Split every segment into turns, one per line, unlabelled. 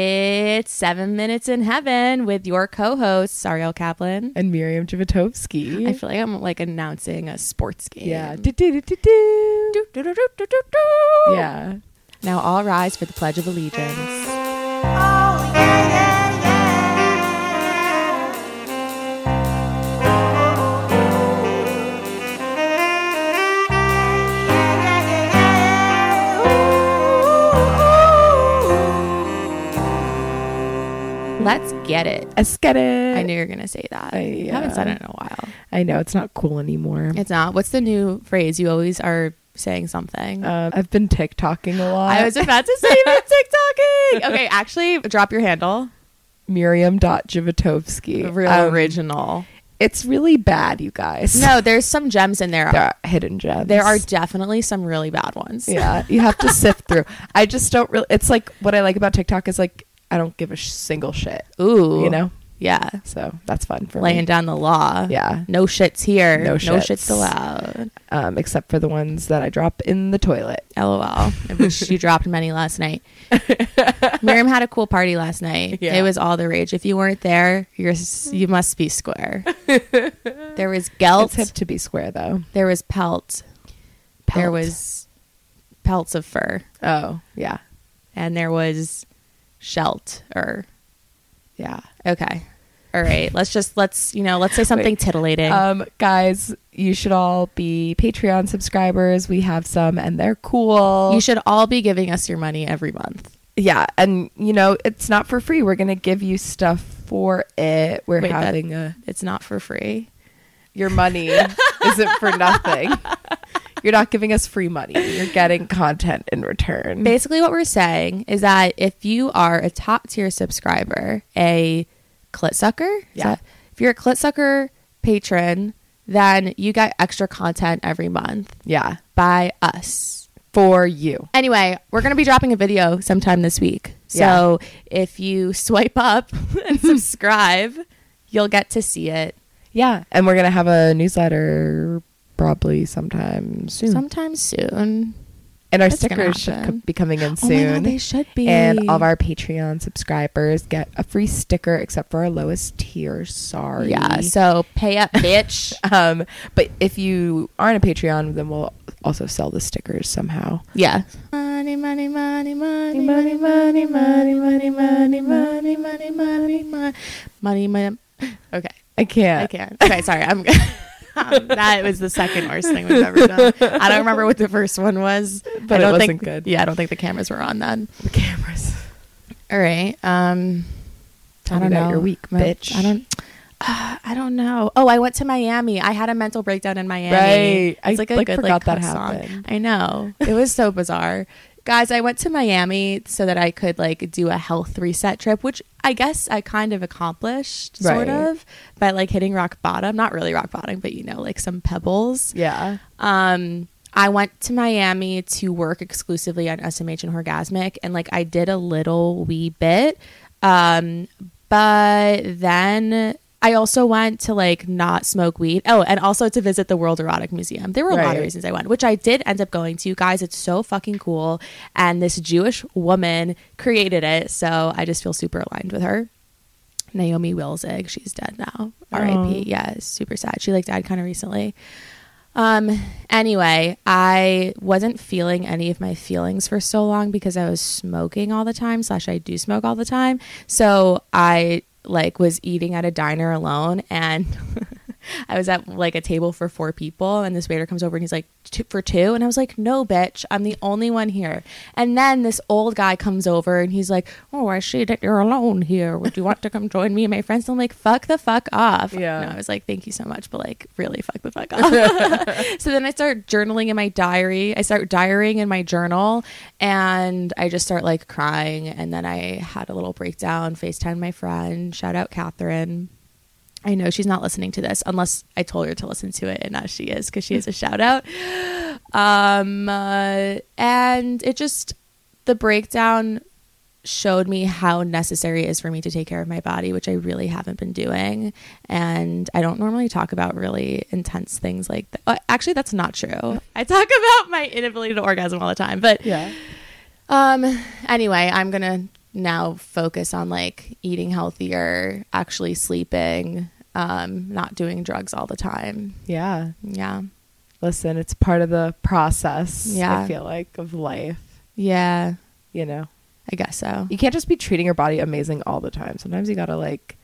It's Seven Minutes in Heaven with your co host, Sariel Kaplan.
and Miriam Javitovsky.
I feel like I'm like announcing a sports game.
yeah. Do-do-do-do-do.
Do, do, do, do, do, do.
Yeah.
Now all rise for the Pledge of Allegiance.
Oh,
Let's get it.
Let's get it.
I knew you were gonna say that.
I-
I haven't said
yeah.
it in a while.
I know it's not cool anymore.
It's not. What's the new phrase? You always are saying something.
Um, I've been TikToking a lot.
I was about to say about TikToking. Okay, actually, drop your handle.
Miriam.Javitovsky.
Real
Um,
original.
It's really bad, you guys.
No, there's some gems in there.
There are hidden gems.
There are definitely some really bad ones.
Yeah, you have to sift through. I just don't really. It's like what I like about TikTok is like I don't give a sh- single shit.
Ooh.
You know,
Yeah.
so that's fun for
Laying
me.
down the law.
Yeah.
No shits here.
No shits.
shits allowed.
Um, except for the ones that I drop in the toilet.
LOL. Which she dropped many last night. Miriam had a cool party last night.
Yeah.
It was all the rage. If you weren't there, you're s- you must be square. there was gelt.
It's hip to be square though.
There was pelt. There
Pelt.
was pelts of fur,
Oh yeah,
and there was shelter.
yeah.
Okay. All right. Let's just let's you know let's say something
Wait.
titillating.
Um, guys, you should all be Patreon subscribers. We have some, and they're cool.
you should all be giving us your money every month.
yeah, and you know it's not for free. We're gonna give you stuff for it. We're
Wait, that-
having a
It's not for free.
your money isn't for nothing. You're not giving us free money. You're getting content in return.
Basically, what we're saying is that if you are a top tier subscriber, a clit sucker, is
Yeah.
that- if you're a clit sucker patron, then you get extra content every month
yeah,
by us.
for you.
Anyway, we're going to be dropping a video sometime this week. So if you swipe up and subscribe, you'll get to see it
Yeah, and we're gonna have a newsletter probably sometime soon.
sometime soon.
and our
that's gonna
stickers should
happen.
co- be coming in
Oh my God,
soon.
they should be.
and all of our Patreon subscribers get a free sticker, except for our lowest tier. Sorry.
Yeah, so pay up, bitch.
um, but if you aren't a Patreon, then we'll also sell the stickers somehow.
yeah. Money, money, money, money,
Money, money, money, money, money, money, money, money, money.
money, money. Okay,
I can't.
I can't. Okay, sorry. I'm. Um, that was the second worst thing we've ever done. I don't remember what the first one was,
But
I
it
don't
wasn't
think,
good.
Yeah, I don't think the cameras were on then.
The cameras.
All right. Um,
Tell
I
me
don't
about
know.
your week,
My-
bitch.
I don't. Uh, I don't know. Oh, I went to Miami. I had a mental breakdown in Miami.
Right. I,
It's like a
like,
good
forgot
like
that
pop song.
happened.
I know. It was so bizarre. Guys, I went to Miami so that I could like do a health reset trip, which I guess I kind of accomplished, sort
Right.
of, by like hitting rock bottom. Not really rock bottom, but you know, like some pebbles.
Yeah.
Um, I went to Miami to work exclusively on SMH and Horgasmic, and like I did a little wee bit. Um, but then I also went to like not smoke weed. Oh, and also to visit the World Erotic Museum. There were a lot of
Right.
reasons I went, which I did end up going to. Guys, it's so fucking cool. And this Jewish woman created it. So I just feel super aligned with her. Naomi Wilzig, she's dead now. R.I.P. Yeah, it's super sad. She like died kind of recently. Um. Anyway, I wasn't feeling any of my feelings for so long because I was smoking all the time. Slash, I do smoke all the time. So I like was eating at a diner alone, and I was at like a table for four people, and this waiter comes over and he's like, two "For two? and I was like, "No, bitch, I'm the only one here." And then this old guy comes over and he's like, "Oh, I see that you're alone here. Would you want to come join me and my friends?" I'm like, "Fuck the fuck off."
Yeah.
No, I was like, "Thank you so much, but like, really, fuck the fuck off." so then I start journaling in my diary. I start diarying in my journal and I just start like crying. And then I had a little breakdown, FaceTime my friend. Shout out Catherine. I know she's not listening to this unless I told her to listen to it, and now she is because she is a shout out. Um, uh, and it just, the breakdown showed me how necessary it is for me to take care of my body, which I really haven't been doing. And I don't normally talk about really intense things like that. Uh, actually, that's not true. I talk about my inability to orgasm all the time, but
Yeah.
um, anyway, I'm gonna now focus on like eating healthier, actually sleeping, um, not doing drugs all the time.
Yeah.
Yeah.
Listen, it's part of the process.
Yeah.
I feel like of life.
Yeah.
You know,
I guess so.
you can't just be treating your body amazing all the time. Sometimes you gotta like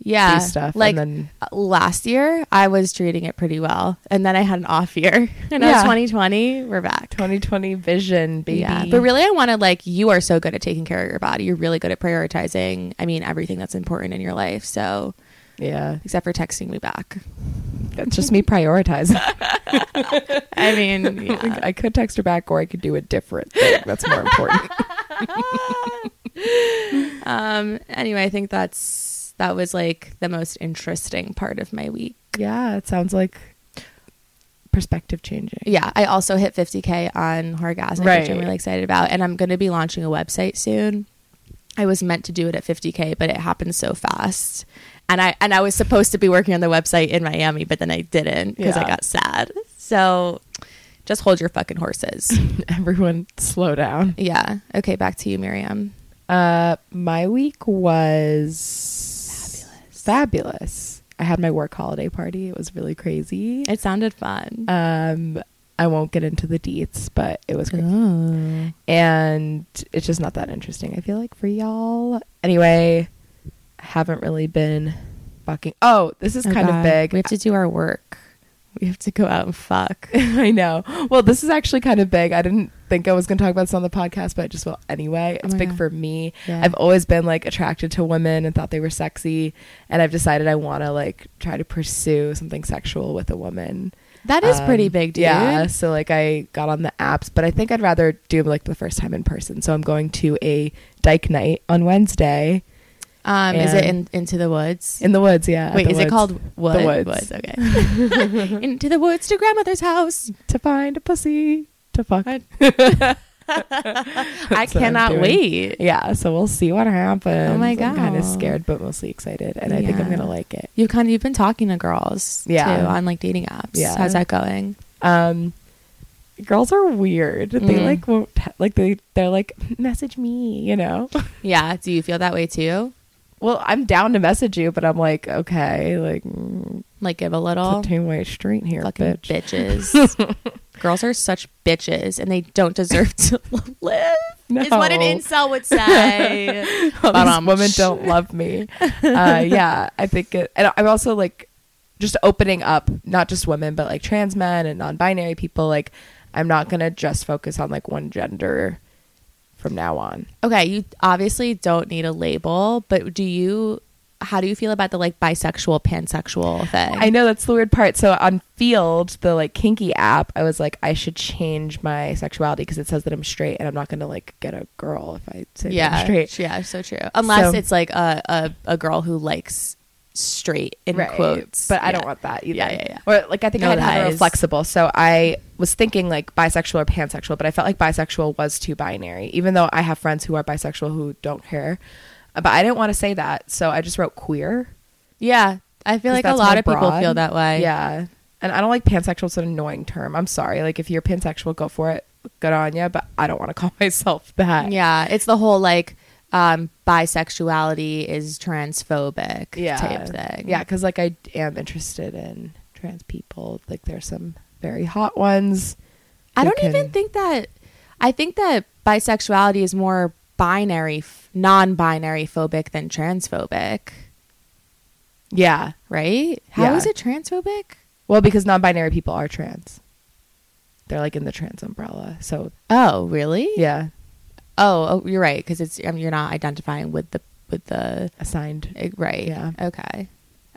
Yeah.
do stuff.
Like
and then
uh, last year, I was treating it pretty well. And then I had an off year. And now
Yeah.
2020, we're back.
2020 vision, baby.
But really, I want to like, you are so good at taking care of your body. You're really good at prioritizing, I mean, everything that's important in your life. So,
yeah,
except for texting me back.
that's just me prioritizing.
I mean, yeah.
I could text her back, or I could do a different thing. That's more important.
um, anyway, I think that's, that was like the most interesting part of my week.
yeah, it sounds like perspective changing.
Yeah, I also hit 50k on Horgasmic, which I'm
Right.
really excited about, and I'm going to be launching a website soon. I was meant to do it at 50k, but it happened so fast, and I and I was supposed to be working on the website in Miami, but then I didn't because I
Yeah.
got sad. So, just hold your fucking horses.
Everyone, slow down.
yeah. Okay, back to you, Miriam.
Uh, my week was
Fabulous.
Fabulous. I had my work holiday party. It was really crazy.
It sounded fun.
Um, I won't get into the deets, but it was great.
oh.
And it's just not that interesting. I feel like for y'all. Anyway, haven't really been fucking. Oh, this is
Oh,
kind
God.
of big.
We have to do our work. We have to go out and fuck.
I know. Well, this is actually kind of big. I didn't think I was going to talk about this on the podcast, but I just will anyway. It's
my
big
God.
for me.
Oh, Yeah.
I've always been like attracted to women and thought they were sexy, and I've decided I want to like try to pursue something sexual with a woman.
That is
Um,
pretty big, dude.
Yeah. So like I got on the apps, but I think I'd rather do like the first time in person. So I'm going to a dyke night on Wednesday
Um, is it in
And-
into the woods?
in the woods. Yeah. at
Wait,
the
is it
woods.
called wood?
The woods.
Okay. Into the woods to grandmother's house.
to find a pussy to fuck?
I- I
That's what I'm
cannot
doing.
wait.
Yeah, so we'll see what happens.
Oh my
I'm kind
God.
of scared, but mostly excited, and I think I'm
Yeah.
gonna like it.
You've kind of you've been talking to girls
Yeah.
too on like dating apps.
Yeah.
How's that going?
Um, girls are weird. They
Mm.
like won't t- like they they're like message me, you know.
Yeah. Do you feel that way too?
well, I'm down to message you, but I'm like, okay, like mm,
Like give a
it's
little
a two way street here,
fucking
bitch.
bitches. girls are such bitches and they don't deserve to live. Is what an
No.
incel would say.
All these
Ba-dum.
women don't love me. Uh, yeah, I think, it, and I'm also like just opening up, not just women, but like trans men and non-binary people. Like, I'm not gonna just focus on like one gender from now on.
Okay, you obviously don't need a label, but do you? How do you feel about the like bisexual, pansexual thing?
I know that's the weird part. So on Field, the like kinky app, I was like, I should change my sexuality because it says that I'm straight, and I'm not gonna like get a girl if I say that
yeah,
I'm straight.
yeah, so true. Unless
So-
it's like a, a a girl who likes straight in quotes,
But I don't
Yeah.
want that either.
Yeah, yeah, yeah.
Or like I think
No
I'd have
lies.
it flexible. So I was thinking like bisexual or pansexual, but I felt like bisexual was too binary, even though I have friends who are bisexual who don't care. Uh, But I didn't want to say that, so I just wrote queer.
Yeah, I feel
'cause
like a
that's
lot
more
of people
broad.
feel that way.
yeah. And I don't like pansexual. It's an annoying term. I'm sorry. Like if you're pansexual, go for it. Good on you. But I don't want to call myself that.
yeah. It's the whole like um bisexuality is transphobic type thing.
Yeah, because like I am interested in trans people. Like there's some very hot ones.
I
who
don't even
can-
think that. I think that bisexuality is more binary, f- non-binary phobic than transphobic,
Yeah.
right? How
Yeah.
is it transphobic?
Well, because non-binary people are trans. They're like in the trans umbrella. So
Oh, really?
yeah,
Oh, oh you're right because it's um, you're not identifying with the with the
assigned.
eh, right.
Yeah.
Okay.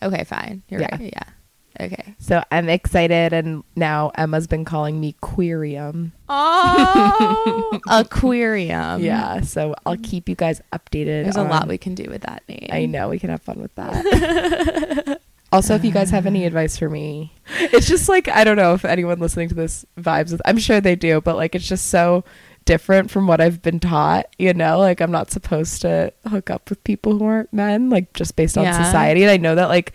Okay. Fine. You're
Yeah.
right. Yeah. Okay.
So I'm excited, and now Emma's been calling me Querium.
Oh, aquarium.
yeah. So I'll keep you guys updated.
There's a lot
on-
we can do with that name.
I know we can have fun with that. also, if you guys have any advice for me, it's just like I don't know if anyone listening to this vibes with. I'm sure they do, but like it's just so different from what I've been taught. You know, like I'm not supposed to hook up with people who aren't men, like just based on
Yeah.
society. And I know that like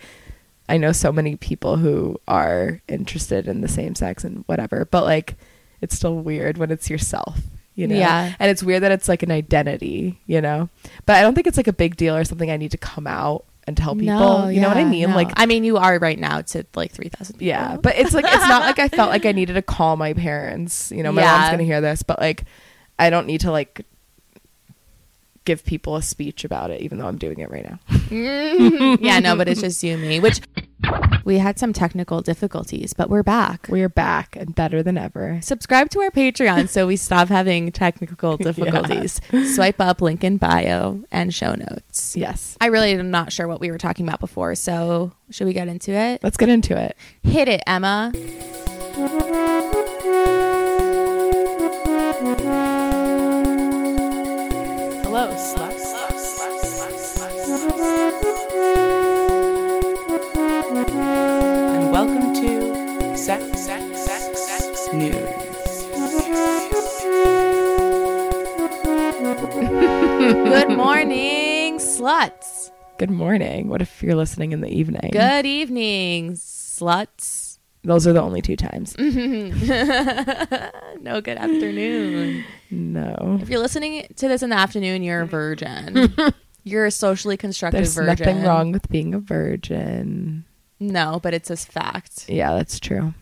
I know so many people who are interested in the same sex and whatever, but like it's still weird when it's yourself. you know?
Yeah.
And it's weird that it's like an identity, you know? But I don't think it's like a big deal or something I need to come out and tell people. you know what I
yeah,
mean?
no.
Like,
I mean, you are right now to like three thousand.
yeah. But it's like, it's not like I felt like I needed to call my parents. You know, my
Yeah.
mom's going to hear this, but like, I don't need to like give people a speech about it, even though I'm doing it right now.
yeah, no, but it's just you, and me. Which we had some technical difficulties, but we're back.
We're back and better than ever.
Subscribe to our Patreon so we stop having technical difficulties. Swipe up, link in bio, and show notes.
Yes.
I really am not sure what we were talking about before, so should we get into it?
Let's get into it.
Hit it, Emma.
Hello, sluts.
And welcome to Sex, Sex, Sex, Sex News.
Good morning, sluts.
Good morning. What if you're listening in the evening?
Good evening, sluts.
Those are the only two times.
No good afternoon.
No.
If you're listening to this in the afternoon, you're a virgin. you're a socially constructed
There's
virgin.
nothing wrong with being a virgin.
No, but it's a fact.
Yeah, that's true.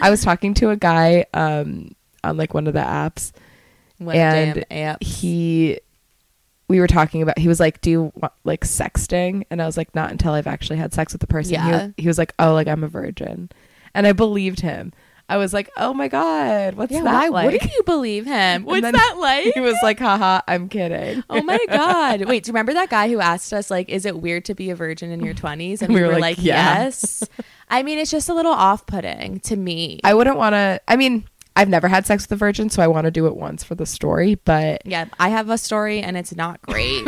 I was talking to a guy um, on like one of the apps.
What
And
a damn app.
He, we were talking about. He was like, "Do you want like sexting?" And I was like, "Not until I've actually had sex with the person." He wa-
Yeah.
He, was like, "Oh, like I'm a virgin," and I believed him. I was like, "Oh my god, what's
Yeah,
that
why
like?"
wouldn't you believe him? What's
then-
that like?
He was like, "Haha, I'm kidding."
Oh my god! Wait, do you remember that guy who asked us like, "Is it weird to be a virgin in your 20s? And we, were, like,
"Yeah."
"Yes." I mean, it's just a little off-putting to me.
I wouldn't want to. I mean, I've never had sex with a virgin, so I want to do it once for the story. But
yeah, I have a story, and it's not great.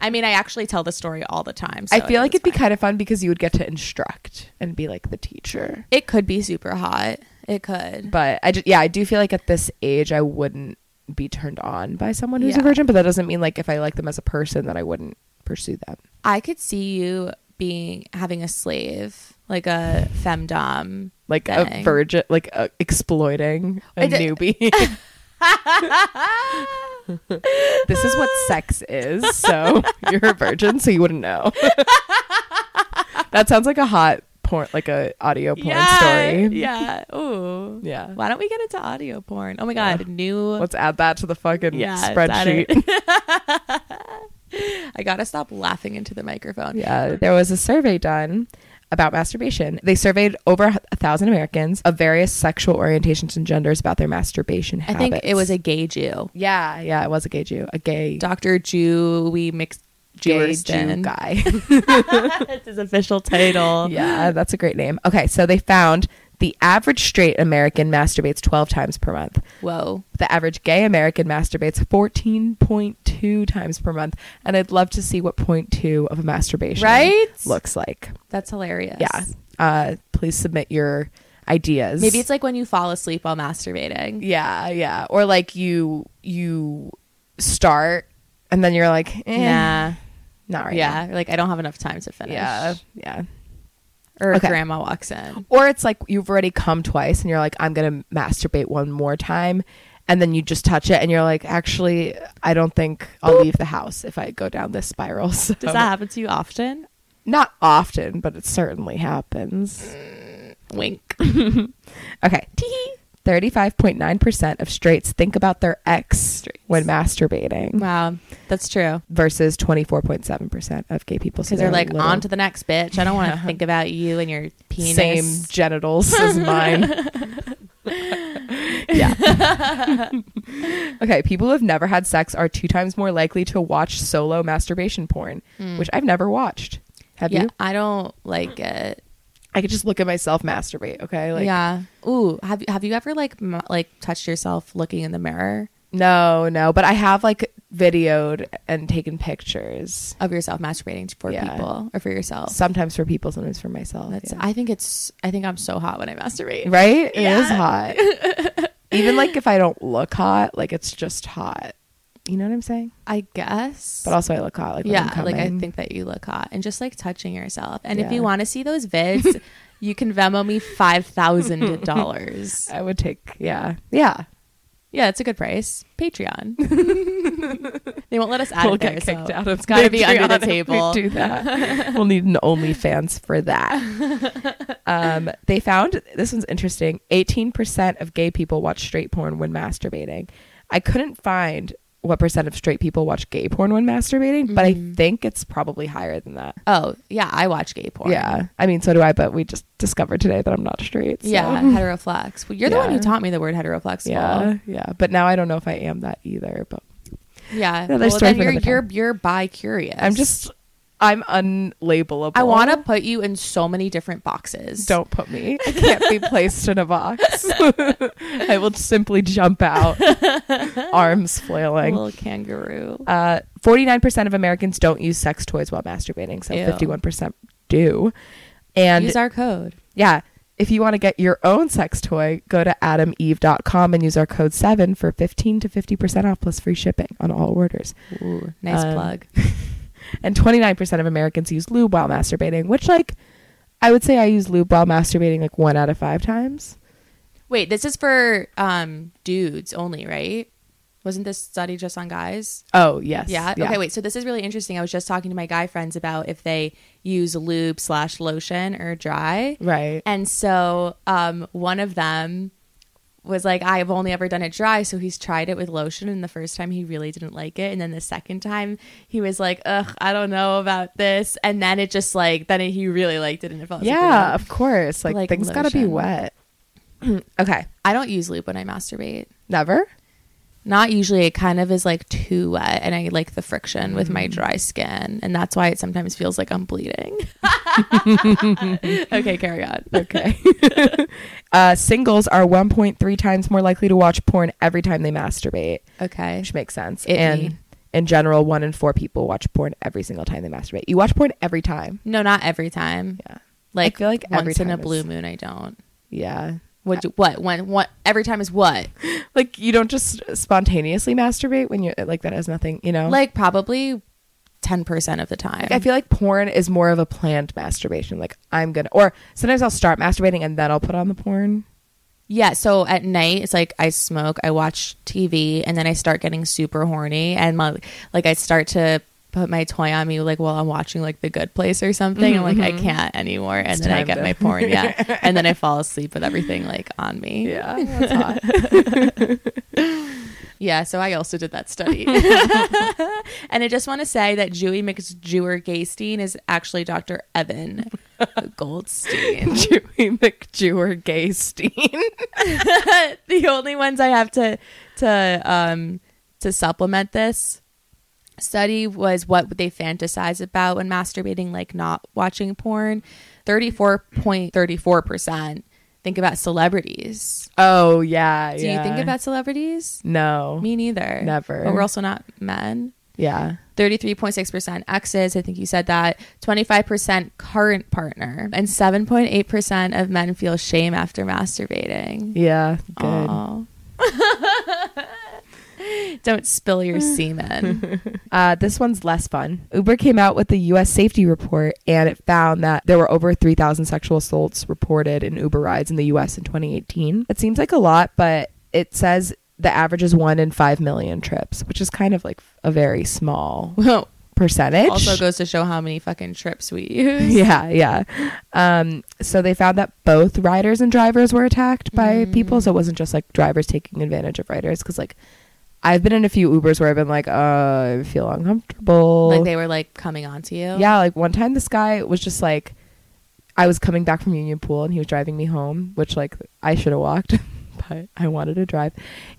I mean, I actually tell the story all the time. So
I feel like
it's
it'd be
fine.
kind of fun because you would get to instruct and be like the teacher.
it could be super hot. It could.
But I just, yeah, I do feel like at this age I wouldn't be turned on by someone who's
Yeah.
a virgin, but that doesn't mean like if I like them as a person that I wouldn't pursue them.
I could see you being having a slave, like a femdom.
Like a
Dang.
virgin, like uh, exploiting a
I did-
newbie. this is what sex is. So you're a virgin, so you wouldn't know. that sounds like a hot porn, like a audio porn story.
Yeah. Ooh.
Yeah.
Why don't we get into audio porn? Oh my god, new
Let's add that to the fucking
Yeah, it's
spreadsheet.
I gotta stop laughing into the microphone.
Yeah, there was a survey done about masturbation. They surveyed over a thousand Americans of various sexual orientations and genders about their masturbation
I
habits.
think it was a gay Jew.
yeah, yeah, it was a gay Jew, a gay,
Dr. Jew we mixed
gay
Jewerston.
Jew guy.
That's his official title.
yeah, that's a great name. Okay, so they found the average straight American masturbates twelve times per month.
Whoa.
The average gay American masturbates fourteen point two times per month, and I'd love to see what point two of a masturbation
Right?
looks like.
That's hilarious.
Yeah, uh, please submit your ideas.
Maybe it's like when you fall asleep while masturbating.
Yeah, yeah. Or like you you start and then you're like, eh,
Yeah.
not right.
yeah. Like I don't have enough time to finish.
now. yeah, yeah.
Or
Okay.
grandma walks in.
Or it's like you've already come twice and you're like, I'm gonna masturbate one more time, and then you just touch it and you're like, actually, I don't think I'll leave the house if I go down this spiral. So.
Does that happen to you often?
Not often, but it certainly happens.
Wink.
Okay. 35.9% of straights think about their ex when masturbating
Wow. That's true.
versus 24.7% of gay people. So
Because they're
they're
like,
a little-
on to the next bitch. I don't want to think about you and your penis.
same genitals as mine. yeah. okay, people who have never had sex are two times more likely to watch solo masturbation porn, which I've never watched. Have
Hmm. Yeah.
you?
I don't like it.
I could just look at myself masturbate, okay? Like
yeah. Ooh, have you have you ever like m- like touched yourself looking in the mirror
no, no, but I have like videoed and taken pictures.
of yourself masturbating for
Yeah.
people or for yourself?
Sometimes for people, sometimes for myself.
Oh. That's
yeah.
I think it's I think I'm so hot when I masturbate.
right? It is hot. Even like if I don't look hot, like it's just hot. You know what I'm saying?
I guess.
But also I look hot like when I'm
yeah, like I
coming.
think that you look hot and just like touching yourself. And if
Yeah.
you want to see those vids, you can Venmo me five thousand dollars.
I would take yeah. Yeah.
Yeah, it's a good price. Patreon. they won't let us add
we'll
it there,
get kicked
so
out of
It's got to be under
Patreon
the
if we
table.
do that. we'll need an OnlyFans for that. Um, they found this one's interesting. Eighteen percent of gay people watch straight porn when masturbating. I couldn't find what percent of straight people watch gay porn when masturbating, but I think it's probably higher than that.
Oh yeah, I watch gay porn.
Yeah, I mean, so do I. But we just discovered today that I'm not straight. so-
yeah, heteroflex. Well, you're the one who
Yeah.
taught me the word heteroflex.
yeah, yeah. But now I don't know if I am that either. But
yeah.
Another
well,
story
then
for
you're
another
you're
time.
you're bi curious.
I'm just, I'm unlabelable.
I want to put you in so many different boxes.
Don't put me. I can't be placed in a box. I will simply jump out, arms flailing.
little kangaroo.
Uh, 49% of Americans don't use sex toys while masturbating, so
Ew.
51% do. And
Use our code.
yeah, if you want to get your own sex toy, go to adameve.com and use our code 7 for 15 to 50% off plus free shipping on all orders.
Ooh, nice
Um,
plug.
and 29% of Americans use lube while masturbating, which like I would say I use lube while masturbating like 1 out of 5 times.
Wait, this is for um dudes only, right? Wasn't this study just on guys?
Oh, yes.
Yeah? Okay, wait. So this is really interesting. I was just talking to my guy friends about if they use lube slash lotion or dry.
Right.
And so um, one of them was like, I've only ever done it dry. So he's tried it with lotion. And the first time he really didn't like it. And then the second time he was like, ugh, I don't know about this. And then it just like, then he really liked it. And it felt
yeah, of course. Like,
Like
things gotta be
lotion.
wet. okay.
I don't use lube when I masturbate.
Never?
Not usually. It kind of is like too wet. And I like the friction with
Mm.
my dry skin. And that's why it sometimes feels like I'm bleeding. okay, carry on.
Okay. uh, singles are 1.3 times more likely to watch porn every time they masturbate,
Okay.
which makes sense.
It
and
me.
in general, one in four people watch porn every single time they masturbate. You watch porn every time.
No, not every time.
Yeah.
Like,
feel like every
once in
time
a
is-
blue moon, I don't.
Yeah.
What? Do, what? When? What? Every time is what?
Like, you don't just spontaneously masturbate when you're like that has nothing, you know?
Like probably ten percent of the time.
I feel like porn is more of a planned masturbation. Like I'm gonna, or sometimes I'll start masturbating and then I'll put on the porn.
yeah. So at night, it's like I smoke, I watch TV, and then I start getting super horny, and my, like I start to put my toy on me like while I'm watching like The Good Place or something. I'm like I can't anymore, and
Mm-hmm, It's
then I
time
get
to-
my porn. Yeah, and then I fall asleep with everything like on me.
Yeah, that's hot.
Yeah, so I also did that study. and I just want to say that Dewey McJewer Gaystein is actually Dr. Evan Goldstein.
Chewy McJewer Gaystein.
the only ones I have to to um to supplement this study was what they fantasize about when masturbating, like not watching porn. Thirty four point thirty four percent think about celebrities.
Oh yeah.
Do you think about celebrities?
No.
Me neither.
Never.
But we're also not men.
yeah.
33.6% exes, I think you said that, 25% current partner, and 7.8% of men feel shame after masturbating.
Yeah. Good.
Aw. Don't spill your semen.
Uh, this one's less fun. Uber came out with the U.S. safety report, and it found that there were over 3,000 sexual assaults reported in Uber rides in the U.S. in 2018. It seems like a lot, but it says the average is one in five million trips, which is kind of like a very small
Whoa.
percentage.
Also goes to show how many fucking trips we use.
yeah, yeah. Um, so they found that both riders and drivers were attacked by
Mm.
people. So it wasn't just like drivers taking advantage of riders. Because like, I've been in a few Ubers where I've been like, uh, I feel uncomfortable.
Like they were like coming onto you.
Yeah, like one time this guy was just like, I was coming back from Union Pool and he was driving me home, which like I should have walked, but I wanted to drive.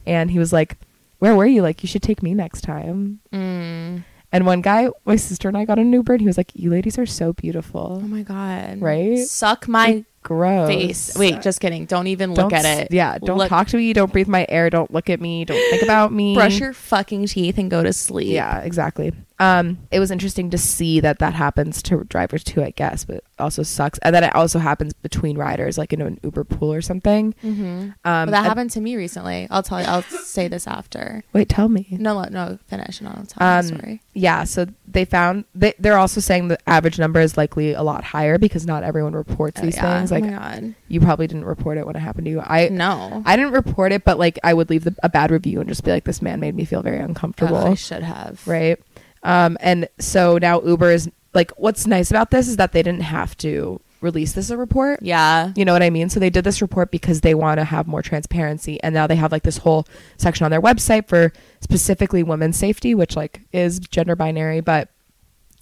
And he was like, Where were you? Like, you should take me next time.
Mm.
And one guy, my sister and I got an Uber and he was like, You ladies are so
Oh
beautiful.
my God.
Right?
Suck my
Gross.
face. Wait, just kidding. Don't even
don't
look at
s-
it.
Yeah, don't
Look-
talk to me. Don't breathe my air. Don't look at me. Don't think about me.
Brush your fucking teeth and go to sleep.
Yeah, exactly. Um, it was interesting to see that that happens to drivers too, I guess. But also sucks. And then it also happens between riders, like in an Uber pool or something.
Mm-hmm.
Um,
that
and-
happened to me recently. I'll tell you. I'll say this after.
Wait, tell me.
No, no, finish, and I'll tell
Um,
you the story.
Yeah, so they found they, they're also saying the average number is likely a lot higher because not everyone reports
Oh,
these
yeah.
things.
Oh
Like
my God.
you probably didn't report it when it happened to you. I
no.
I didn't report it, but like I would leave the, a bad review and just be like, "This man made me feel very
Ugh,
uncomfortable."
I should have.
right? Um, and so now Uber is like, what's nice about this is that they didn't have to release this a report.
Yeah.
You know what I mean? So they did this report because they want to have more transparency, and now they have like this whole section on their website for specifically women's safety, which like is gender binary, but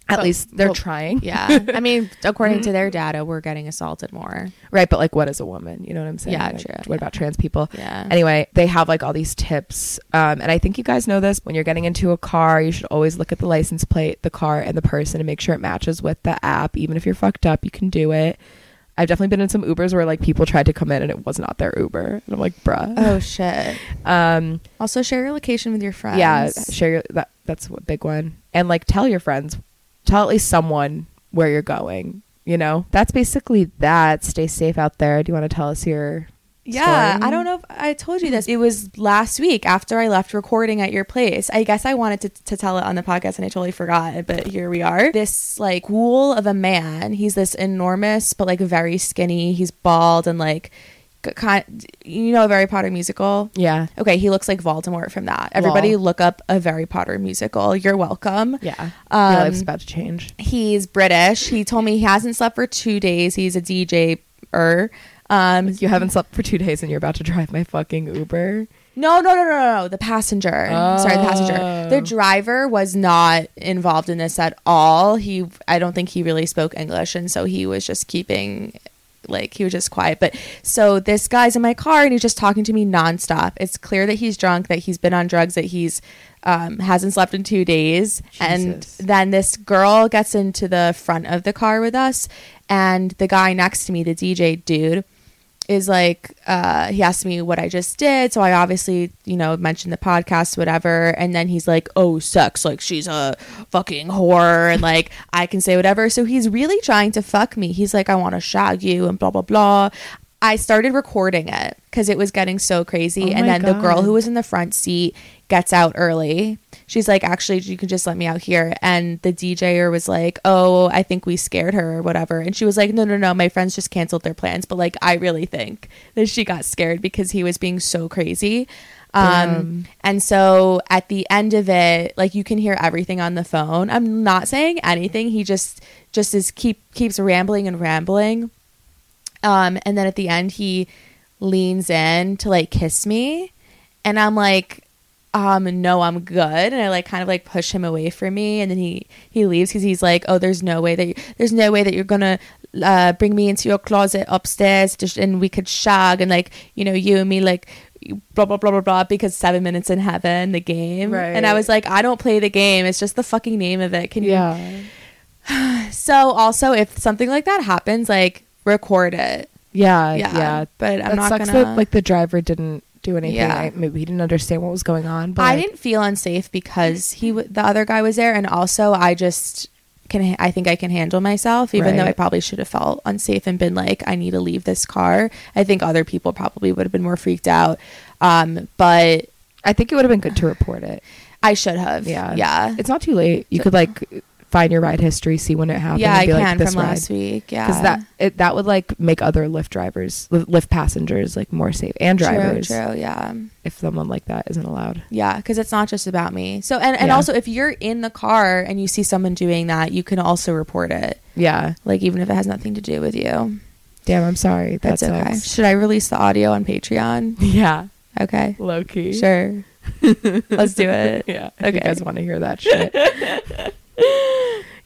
at
But-
least they're
but-
trying,
Yeah. I mean, according to their data, we're getting assaulted more.
right? But like, what is a woman? You know what I'm saying?
Yeah,
Like,
true,
What
yeah.
about trans people?
Yeah.
Mm-hmm. Anyway, they have like all these tips. Um, and I think you guys know this. When you're getting into a car, you should always look at the license plate, the car, and the person and make sure it matches with the app. Even if you're fucked up, you can do it. I've definitely been in some Ubers where like people tried to come in and it was not their Uber. And I'm like, bruh.
oh shit.
Um,
Also, share your location with your friends.
yeah, share your, that, that's a big one. And like tell your friends, tell at least someone where you're going. You know, that's basically that. Stay safe out there. Do you want to tell us your
Yeah,
story?
I don't know if I told you this. It was last week after I left recording at your place. I guess I wanted to, to tell it on the podcast and I totally forgot, but here we are. This like ghoul of a man. He's this enormous but like very skinny. He's bald and like kind you know a Harry Potter musical?
Yeah.
Okay, he looks like Voldemort from that. Everybody
Lol.
look up a Harry Potter musical. You're welcome.
Yeah.
Um,
Your life's about to change.
He's British. He told me he hasn't slept for 2 days. He's a DJ er um
You haven't slept for two days and you're about to drive my fucking Uber.
No, no, no, no, no, no. The passenger. Sorry, the passenger. The
Oh.
driver was not involved in this at all. He, I don't think he really spoke English, and so he was just keeping, like, he was just quiet. But so this guy's in my car, and he's just talking to me nonstop. It's clear that he's drunk, that he's been on drugs, that he's um, hasn't slept in two days, and
Jesus.
then this girl gets into the front of the car with us, and the guy next to me, the DJ dude is like uh he asked me what I just did so I obviously you know mentioned the podcast whatever and then he's like oh sucks like she's a fucking whore and like I can say whatever so he's really trying to fuck me he's like I want to shag you and blah blah blah I started recording it cuz it was getting so crazy
Oh
and
my
then the girl
God.
who was in the front seat gets out early she's like actually you can just let me out here and the DJer was like oh I think we scared her or whatever and she was like no no no my friends just canceled their plans but like I really think that she got scared because he was being so crazy um and so at the end of it like you can hear everything on the phone I'm not saying anything he just just is keep keeps rambling and rambling um, and then at the end, he leans in to like kiss me, and I'm like, um, no, I'm good. And I like kind of like push him away from me, and then he he leaves because he's like, oh, there's no way that you, there's no way that you're gonna uh, bring me into your closet upstairs, just, and we could shag and like you know you and me like blah blah blah blah blah because seven minutes in heaven the game and i
Right.
was like i don't play the game it's just the fucking name of it can you so also if something like that happens like record it
Yeah.
yeah,
Uh, Yeah.
but I'm
that
not
sucks
gonna.
that like the driver didn't do anything.
Yeah.
I- maybe he didn't understand what was going on. But
I
like,
didn't feel unsafe because he, w- the other guy, was there, and also I just can. ha- I think I can handle myself, even though I
Right.
probably should have felt unsafe and been like, I need to leave this car. I think other people probably would have been more freaked out, um, but
I think it would have been good to report it.
I should have.
Yeah.
yeah,
It's not too late. You could like find your ride history, see when it happened.
yeah.
and
I
be like,
can
this
from
ride.
last week. Yeah,
Because that it, that would like make other Lyft drivers, Lyft- Lyft passengers, like more safe and
True,
drivers.
True, yeah.
If someone like that isn't allowed,
Yeah, because it's not just about me. So, and, and
Yeah.
also, if you're in the car and you see someone doing that, you can also report it,
yeah.
like, even if it has nothing to do with you.
Damn, I'm sorry. That
That's okay.
sucks.
Should I release the audio on Patreon?
Yeah,
Okay.
low key.
Sure. Let's do it.
Yeah. Okay. You
Okay.
guys want to hear that shit.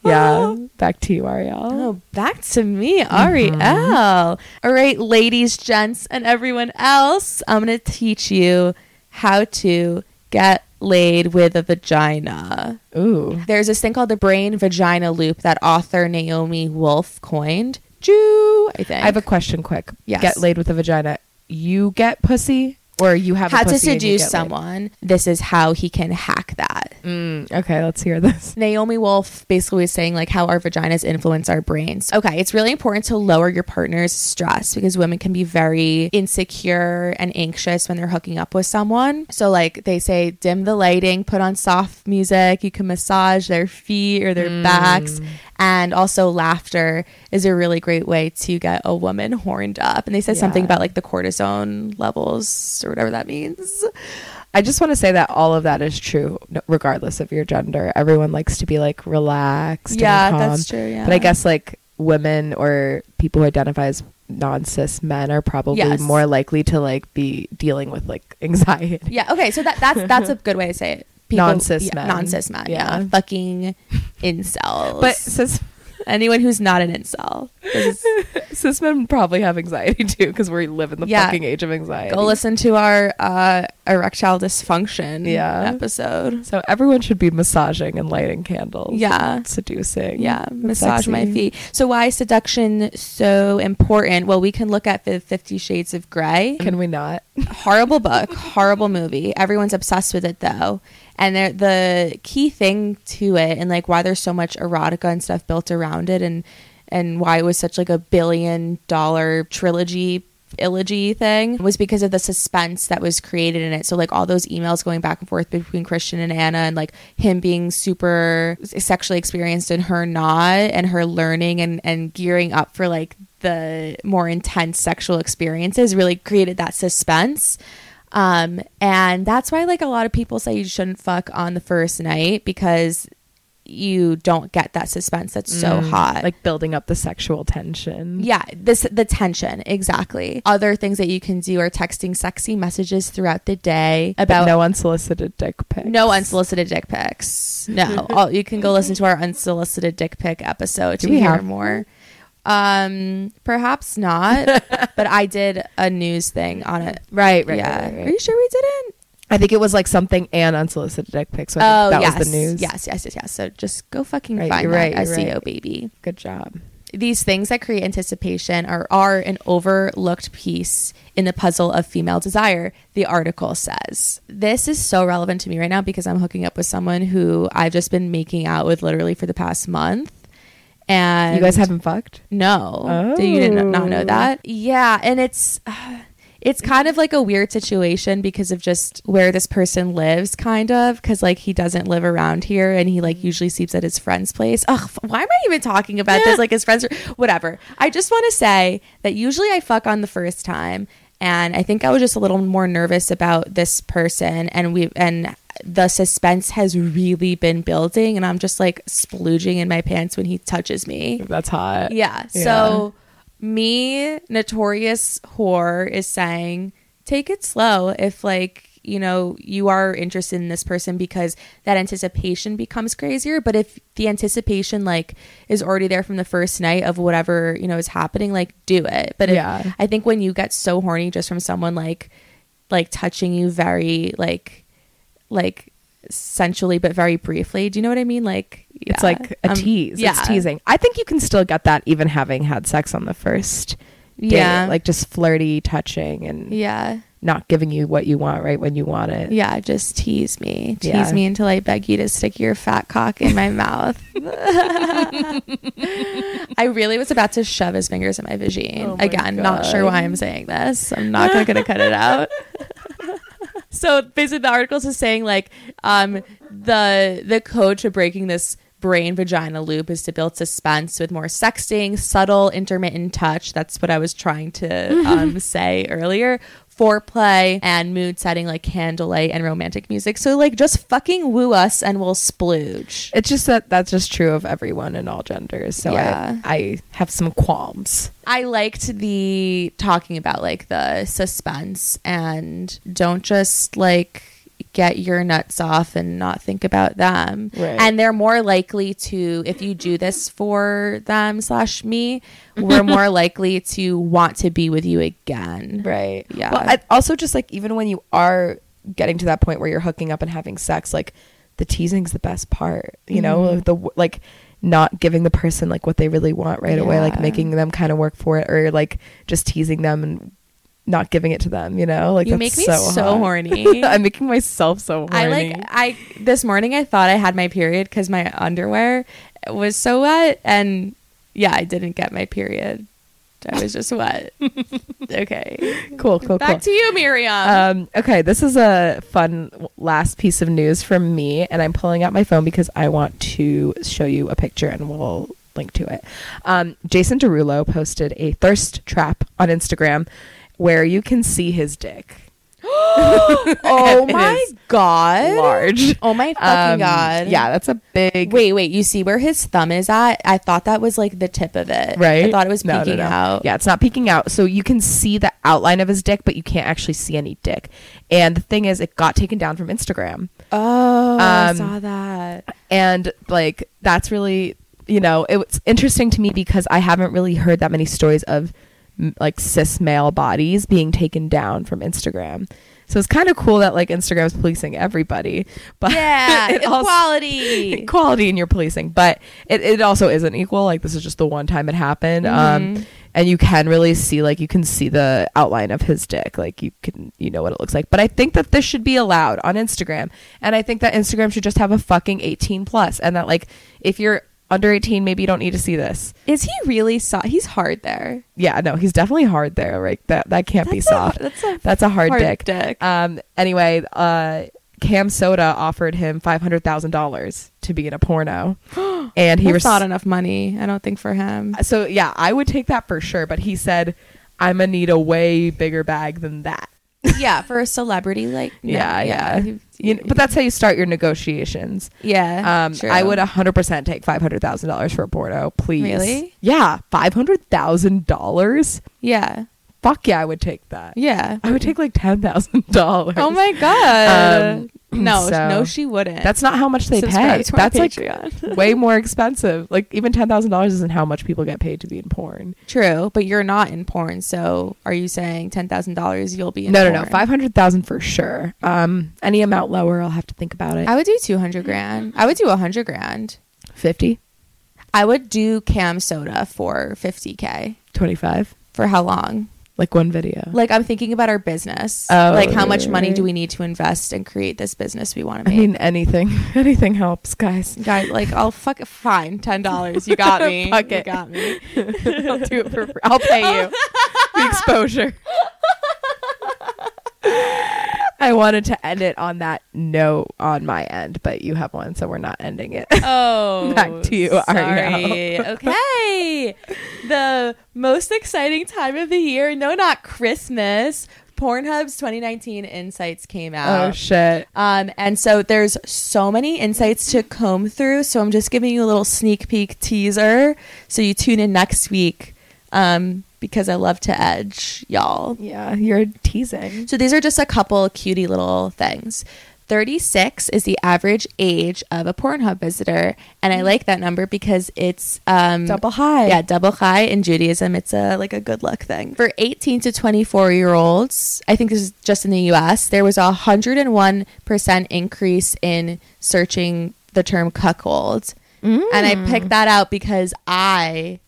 yeah. Back to you, Ariel.
Oh, back to me, Ariel.
Mm-hmm.
All right, ladies, gents, and everyone else, I'm going to teach you how to get laid with a vagina.
Ooh.
There's this thing called the brain vagina loop that author Naomi Wolf coined. Jew, I think.
I have a question quick.
Yes.
Get laid with a vagina. You get pussy or you have a
how to
pussy and you
seduce
get laid?
someone. This is how he can hack that.
Mm, okay, let's hear this.
Naomi Wolf basically was saying like how our vaginas influence our brains. Okay, it's really important to lower your partner's stress because women can be very insecure and anxious when they're hooking up with someone. So like they say dim the lighting, put on soft music, you can massage their feet or their
Mm.
backs and also laughter is a really great way to get a woman horned up. And they said something
Yeah.
about like the cortisone levels or whatever that means.
I just want to say that all of that is true, no- regardless of your gender. Everyone likes to be like relaxed. and
Yeah,
calm.
that's true, yeah.
But I guess like women or people who identify as non cis men are probably
Yes.
more likely to like be dealing with like anxiety.
Yeah. Okay. So that that's that's a good way to say it.
Non-cis men.
Non-cis men. Yeah.
Yeah.
Fucking incels.
But cis
anyone who's not an incel, 'Cause
cis men probably have anxiety too because we live in the
Yeah.
fucking age of anxiety.
go listen to our uh, erectile dysfunction
Yeah.
episode.
So everyone should be massaging and lighting candles.
Yeah.
and seducing.
Yeah,
and
massage my
sexy.
feet. So why is seduction so important? Well, we can look at the Fifty Shades of Grey.
Can we not?
horrible book, horrible movie. Everyone's obsessed with it though. And they're- the key thing to it and like why there's so much erotica and stuff built around it and and why it was such like a billion dollar trilogy illogy thing was because of the suspense that was created in it. So like all those emails going back and forth between Christian and Anna and like him being super sexually experienced and her not and her learning and and gearing up for like the more intense sexual experiences really created that suspense. Um, and that's why like a lot of people say you shouldn't fuck on the first night because you don't get that suspense that's so hot.
Like building up the sexual tension.
Yeah, this the tension exactly. Other things that you can do are texting sexy messages throughout the day
About
about
no unsolicited dick pics.
no unsolicited dick pics. No, All, you can go listen to our unsolicited dick pic episode to
we
hear
have
more. Um, perhaps not, but I did a news thing on it.
Right, right,
yeah,
right, right, right.
are you sure we didn't?
I think it was like something and unsolicited dick pics. So I
Oh,
think that
yes,
was the news.
yes, yes, yes, yes. So just go fucking
Right,
find
you're
that
right, you're
SEO
right.
baby.
Good job.
these things that create anticipation are, are an overlooked piece in the puzzle of female desire, the article says. This is so relevant to me right now because I'm hooking up with someone who I've just been making out with literally for the past month. And
You guys haven't fucked?
no. Did you did not know
Oh.
that? Yeah, and it's it's kind of like a weird situation because of just where this person lives kind of cuz like he doesn't live around here and he like usually sleeps at his friend's place. Ugh, f- why am I even talking about this like his friends are- whatever. I just want to say that usually I fuck on the first time and I think I was just a little more nervous about this person and we and the suspense has really been building and I'm just like splooging in my pants when he touches me.
That's hot.
Yeah. So me, notorious whore, is saying take it slow if like you know you are interested in this person because that anticipation becomes crazier but if the anticipation like is already there from the first night of whatever you know is happening like do it but if,
Yeah.
i think when you get so horny just from someone like like touching you very like like sensually but very briefly do you know what i mean like
It's
yeah.
like a
Um,
tease.
yeah.
It's teasing. I think you can still get that even having had sex on the first date.
Yeah.
Like just flirty touching and
yeah
not giving you what you want right when you want it.
Yeah, just tease me. Tease
Yeah.
me until I beg you to stick your fat cock in my mouth. I really was about to shove his fingers in my vagine.
Oh my
Again, not sure
God.
why I'm saying this. I'm not going to cut it out. so basically the articles is saying like um the the code to breaking this brain vagina loop is to build suspense with more sexting subtle intermittent touch that's what i was trying to um, say earlier foreplay and mood setting like candlelight and romantic music so like just fucking woo us and we'll splooge
It's just that that's just true of everyone in all genders. So
Yeah.
I, I have some qualms.
I liked the talking about like the suspense and don't just like get your nuts off and not think about them.
Right.
And they're more likely to if you do this for them slash me, we're more likely to want to be with you again.
Right.
Yeah.
Well, I, also just like even when you are getting to that point where you're hooking up and having sex, like the teasing's the best part. You know, the w- like not giving the person like what they really want right away, like
Yeah.
making them kind of work for it, or like just teasing them and not giving it to them, you know? Like
you
that's
make me so,
so, hot.
horny.
I'm making myself so horny.
I like I this morning I thought I had my period because my underwear was so wet and yeah I didn't get my period. I was just wet. okay,
cool, cool,
back
cool.
to you, Miriam.
um, okay, this is a fun w- last piece of news from me, and I'm pulling out my phone because I want to show you a picture, and we'll link to it. Um, Jason Derulo posted a thirst trap on Instagram where you can see his dick
oh
it
my
is
god!
large.
Oh my fucking
Um,
god!
Yeah, that's a big.
Wait, wait. You see where his thumb is at? I thought that was like the tip of it.
Right?
I thought it was
No, no,
peeking
no.
out.
Yeah, it's not peeking out. So you can see the outline of his dick, but you can't actually see any dick. And the thing is, it got taken down from Instagram.
Oh, I
Um,
saw that.
and like that's really you know it was interesting to me because i haven't really heard that many stories of m- like cis male bodies being taken down from instagram so it's kind of cool that like instagram's policing everybody but
Yeah,
it also-
equality.
equality in your policing but it, it also isn't equal like this is just the one time it happened
Mm-hmm.
um and you can really see like you can see the outline of his dick like you can you know what it looks like but i think that this should be allowed on instagram and i think that instagram should just have a fucking 18 plus and that like if you're under 18 maybe you don't need to see this
Is he really soft? He's hard there.
yeah no he's definitely hard there right that that can't be soft
That's a
that's a hard,
hard
dick.
dick.
Um. Anyway, uh, Cam Soda offered him five hundred thousand dollars to be in a porno, and Uh, he
That's
was
not enough money. I don't think for him.
so yeah. I would take that for sure, but he said, "I'm gonna need a way bigger bag than that."
yeah, for a celebrity like no,
yeah, yeah.
he-
You know, but that's how you start your negotiations.
yeah.
Um,
true.
I would hundred percent take five hundred thousand dollars for a porno, please.
Really?
Yeah, five hundred thousand dollars.
Yeah,
Fuck yeah, I would take that.
yeah.
I would take like ten thousand dollars.
Oh my god. no,
Um, so-
no, she wouldn't.
That's not how much they
Subscribe
pay.
to our
That's like
Patreon.
way more expensive. Like even ten thousand dollars isn't how much people get paid to be in porn.
true, but you're not in porn. So are you saying ten thousand dollars you'll be in
no,
porn?
no, no, five hundred thousand for sure. Um, any amount lower, I'll have to think about it.
I would do two hundred grand. I would do a hundred grand.
Fifty.
I would do cam soda for fifty k.
25
For how long?
like one video
Like I'm thinking about our business.
Oh,
like how much money
right.
do we need to invest and create this business we want
i
to
mean
make?
anything anything helps guys
Guy, like I'll fuck fine ten dollars. You got me.
Fuck
you
it.
got me.
i'll do it for free i'll pay you the exposure i wanted to end it on that note on my end but you have one so we're not ending it
Oh,
Back to you,
sorry.
Ariel.
okay, the most exciting time of the year. No, not Christmas. Pornhub's 2019 insights came out.
oh shit
Um, and so there's so many insights to comb through. So I'm just giving you a little sneak peek teaser. So you tune in next week um, because I love to edge, y'all.
yeah you're teasing
So these are just a couple cutie little things. 36 is the average age of a Pornhub visitor. And I like that number because it's um,
Mm. double high
yeah, double high in Judaism. It's a like a good luck thing. For 18 to 24 year olds, I think this is just in the US, there was a 101% increase in searching the term cuckold. And I picked
Mm.
that out because I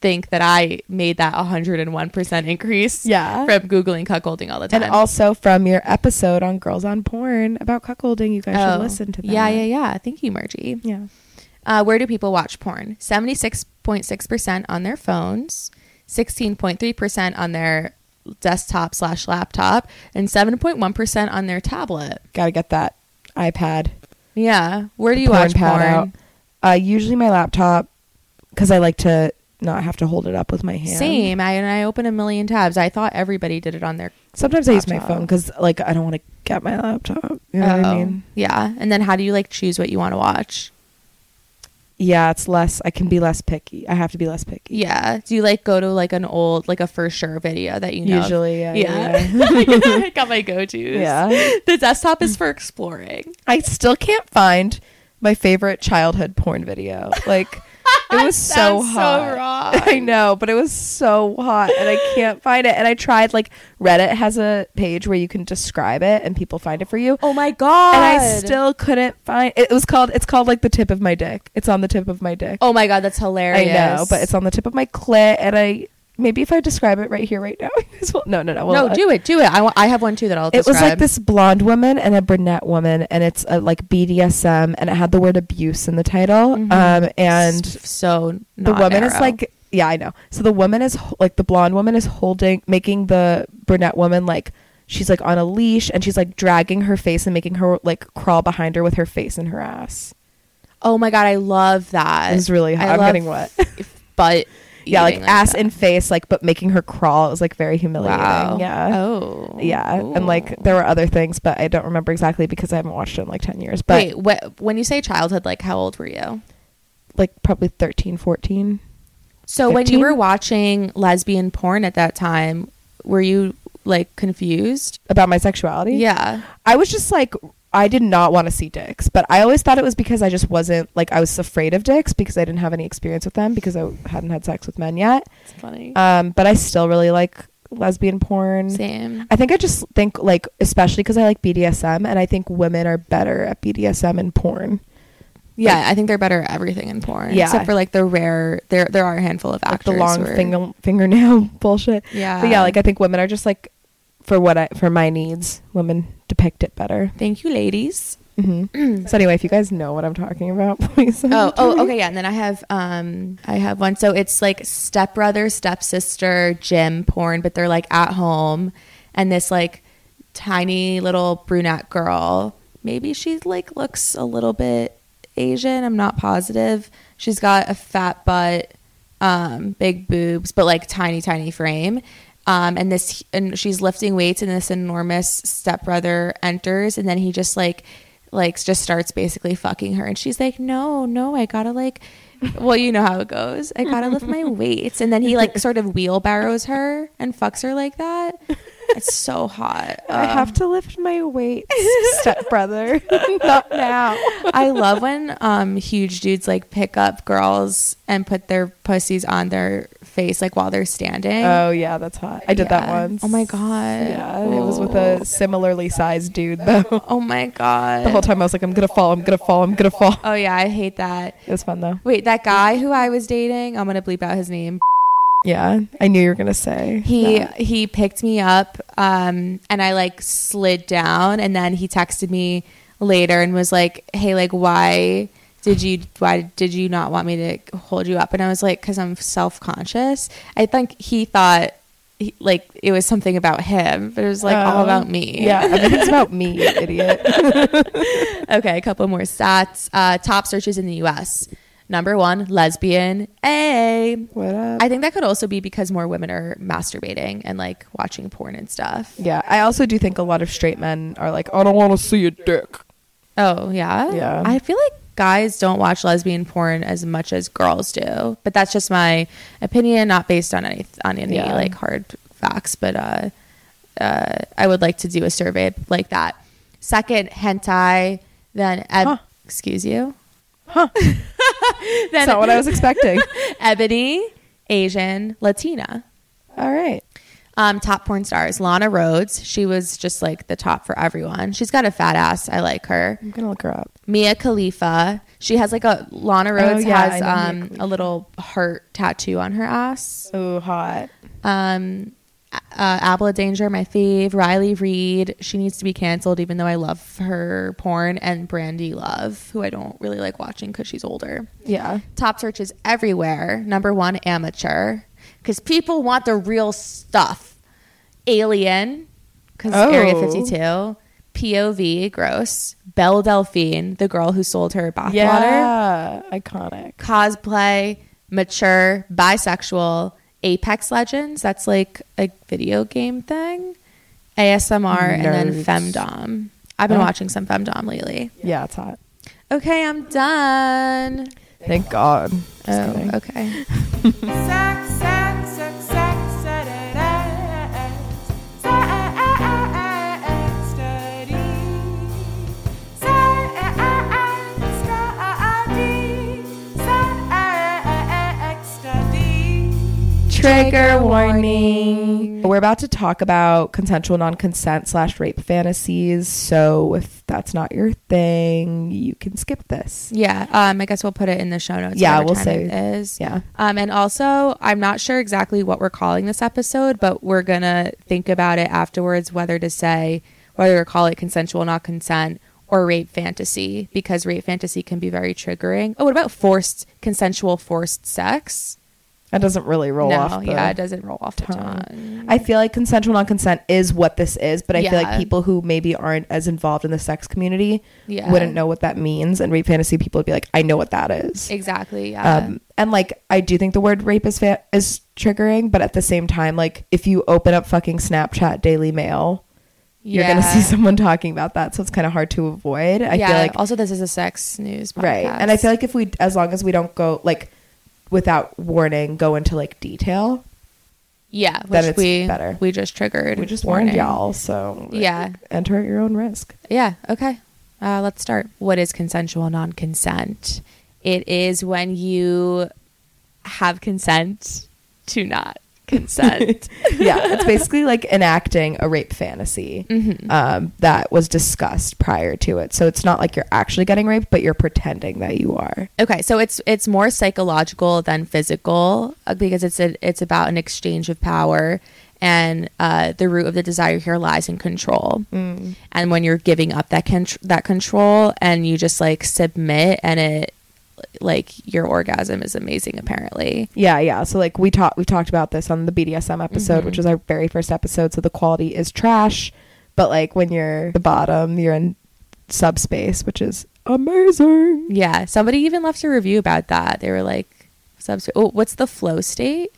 think that I made that 101% increase
Yeah.
from googling cuckolding all the time.
And also from your episode on Girls on Porn about cuckolding, you guys should listen to that.
Oh, Yeah, yeah, yeah. Thank you, Margie.
yeah.
Uh, where do people watch porn? 76.6% on their phones, 16.3% on their desktop slash laptop, and 7.1% on their tablet.
Gotta get that iPad.
Yeah. Where do you
porn
watch porn?
out. Uh, usually my laptop, because I like to not have to hold it up with my hand.
Same. I, and I open a million tabs. I thought everybody did it on their.
Sometimes I use my
Laptop.
phone because, like, I don't want to get my laptop. You know what I
Oh,
mean?
Yeah. And then how do you like choose what you want to watch?
Yeah, it's less. I can be less picky. I have to be less picky.
Yeah. Do you like go to like an old, like a for sure video that you know? of?
Usually, yeah.
Yeah.
Yeah.
I got my go tos.
yeah.
The desktop is for exploring.
I still can't find my favorite childhood porn video. Like it was so
sounds so
hot.
wrong.
I know, but it was so hot and I can't find it. And I tried like Reddit has a page where you can describe it and people find it for you.
Oh my god!
And I still couldn't find it. was called it's called like the tip of my dick. It's on the tip of my dick.
Oh my god, that's hilarious.
I know, but it's on the tip of my clit and I maybe if I describe it right here, right now, you guys will- no, no, no. Well, uh,
no, do it, do it. I wa- I have one too that I'll.
It was like
describe.
this blonde woman and a brunette woman, and it's a, like BDSM, and it had the word abuse in the title.
Mhm.
Um, and
S- so
the
not
woman is
narrow.
like yeah i know so the woman is h- like the blonde woman is holding making the brunette woman like she's like on a leash and she's like dragging her face and making her like crawl behind her with her face in her ass
oh my god, I love that.
it was really
I
i'm
love
getting wet
f- butt.
yeah like,
eating
ass
that.
and face like but making her crawl it was like very humiliating
Wow.
yeah
Oh.
yeah and like there were other things but i don't remember exactly because i haven't watched it in like 10 years but
Wait, wh- when you say childhood, like how old were you?
like probably 13 14
So when you
15?
were watching lesbian porn at that time, were you like confused?
about my sexuality
Yeah.
I was just like, I did not want to see dicks, but I always thought it was because I just wasn't like I was afraid of dicks because I didn't have any experience with them because I hadn't had sex with men yet.
It's funny.
Um, but I still really like lesbian porn.
Same.
I think I just think like, especially because I like BDSM, and I think women are better at BDSM and porn.
Yeah,
like-
I think they're better at everything in porn.
Yeah.
Except for like the rare there there are a handful of
Like
actors. Uh,
the long
where-
finger fingernail bullshit.
Yeah.
But yeah, like I think women are just like, for what I for my needs, women depict it better.
Thank you, ladies.
hmm so anyway, if you guys know what I'm talking about, please. let me
Oh,
know.
oh, okay, yeah. And then I have, um, I have one. So it's like stepbrother, stepsister, gym porn, but they're like at home, and this like tiny little brunette girl. Maybe she like looks a little bit Asian. I'm not positive. She's got a fat butt, um, big boobs, but like tiny, tiny frame. Um, and this, and she's lifting weights, and this enormous stepbrother enters, and then he just like like just starts basically fucking her and she's like no no i gotta like well you know how it goes i gotta lift my weights and then he like sort of wheelbarrows her and fucks her like that it's so hot
I have to lift my weights, stepbrother. Not now.
Um, i love when um huge dudes like pick up girls and put their pussies on their face like while they're standing
Oh yeah, that's hot. I did that
Yeah.
once.
oh my god
Yeah, and it was with a similarly sized dude though.
oh my god
The whole time I was like, I'm gonna fall, I'm gonna fall, I'm gonna fall.
oh yeah i hate that
It was fun though.
wait that guy who i was dating i'm gonna bleep out his name
Yeah, I knew you were gonna say.
he
that.
he picked me up um and i like slid down and then he texted me later and was like hey like why did you why did you not want me to hold you up and i was like because i'm self-conscious i think he thought he, like it was something about him but it was like all
Oh,
about me
Yeah, everything's about me, you idiot.
okay, a couple more stats. Uh, top searches in the U.S. Number one, lesbian. A.
What up?
I think that could also be because more women are masturbating and like watching porn and stuff.
yeah, I also do think a lot of straight men are like, I don't want to see a dick.
Oh yeah,
Yeah.
I feel like guys don't watch lesbian porn as much as girls do, but that's just my opinion, not based on any on any
Yeah.
like hard facts. But uh, uh, I would like to do a survey like that. Second, hentai. Then, eb-
Huh.
excuse you.
That's not what I was expecting.
Ebony, Asian, Latina.
All right.
Um, top porn stars: Lana Rhodes. She was just like the top for everyone. She's got a fat ass. I like her.
I'm gonna look her up.
Mia Khalifa. She has like a Lana Rhodes
Oh, yeah, I
has
know Mia
um
Khalifa.
a little heart tattoo on her ass.
Oh, hot.
Um uh, Abla Danger, my fave. Riley Reed, she needs to be canceled, even though I love her porn. And Brandy Love, who I don't really like watching because she's older.
Yeah.
Top searches everywhere. Number one, amateur, because people want the real stuff. Alien, because
Oh.
Area 52. POV, gross. Belle Delphine, the girl who sold her bathwater
Yeah, iconic.
cosplay, mature, bisexual, Apex Legends. That's like a video game thing. ASMR and then
Nerds.
femdom. I've been
Oh.
watching some femdom lately.
Yeah, it's hot.
Okay, I'm done.
Thank God. Just
oh,
kidding.
okay.
Sex, sex, sex, sex, Saturdays. Sex, study. Sex, study.
Trigger warning. We're about to talk about consensual non-consent slash rape fantasies. So if that's not your thing, you can skip this.
Yeah, um, I guess we'll put it in the show notes.
Yeah,
whatever
we'll
time
say-
it is.
Yeah.
Um, and also, I'm not sure exactly what we're calling this episode, but we're gonna think about it afterwards whether to say whether to call it consensual not consent or rape fantasy because rape fantasy can be very triggering. Oh, what about forced consensual forced sex?
That doesn't really roll
no,
off. the-
yeah, it doesn't roll off the
tongue.
tongue.
I feel like consensual non-consent is what this is, but I feel
Yeah.
like people who maybe aren't as involved in the sex community
Yeah.
wouldn't know what that means, and rape fantasy people would be like, "I know what that is."
Exactly. Yeah.
Um, and like, I do think the word rape is fa- is triggering, but at the same time, like, if you open up fucking Snapchat Daily Mail, you're gonna
Yeah.
see someone talking about that, so it's kind of hard to avoid. I
yeah.
feel like
also this is a sex news podcast.
right, and I feel like if we, as long as we don't go like without warning, go into like detail,
yeah, which
then it's
we
better.
we just triggered.
we just warned
warning.
y'all, so
Yeah.
enter at your own risk.
Yeah. Okay. Uh, let's start. What is consensual non consent? It is when you have consent to not consent.
yeah, it's basically like enacting a rape fantasy
Mm-hmm.
um, that was discussed prior to it. So it's not like you're actually getting raped, but you're pretending that you are.
okay, so it's it's more psychological than physical uh, because it's a, it's about an exchange of power, and uh, the root of the desire here lies in control. And when you're giving up that con- that control and you just like submit, and it like your orgasm is amazing apparently.
Yeah, yeah. So like we talked, we talked about this on the BDSM episode, which was our very first episode. So the quality is trash, but like when you're the bottom, you're in subspace, which is amazing.
Yeah, somebody even left a review about that. They were like, subs- oh, what's the flow state?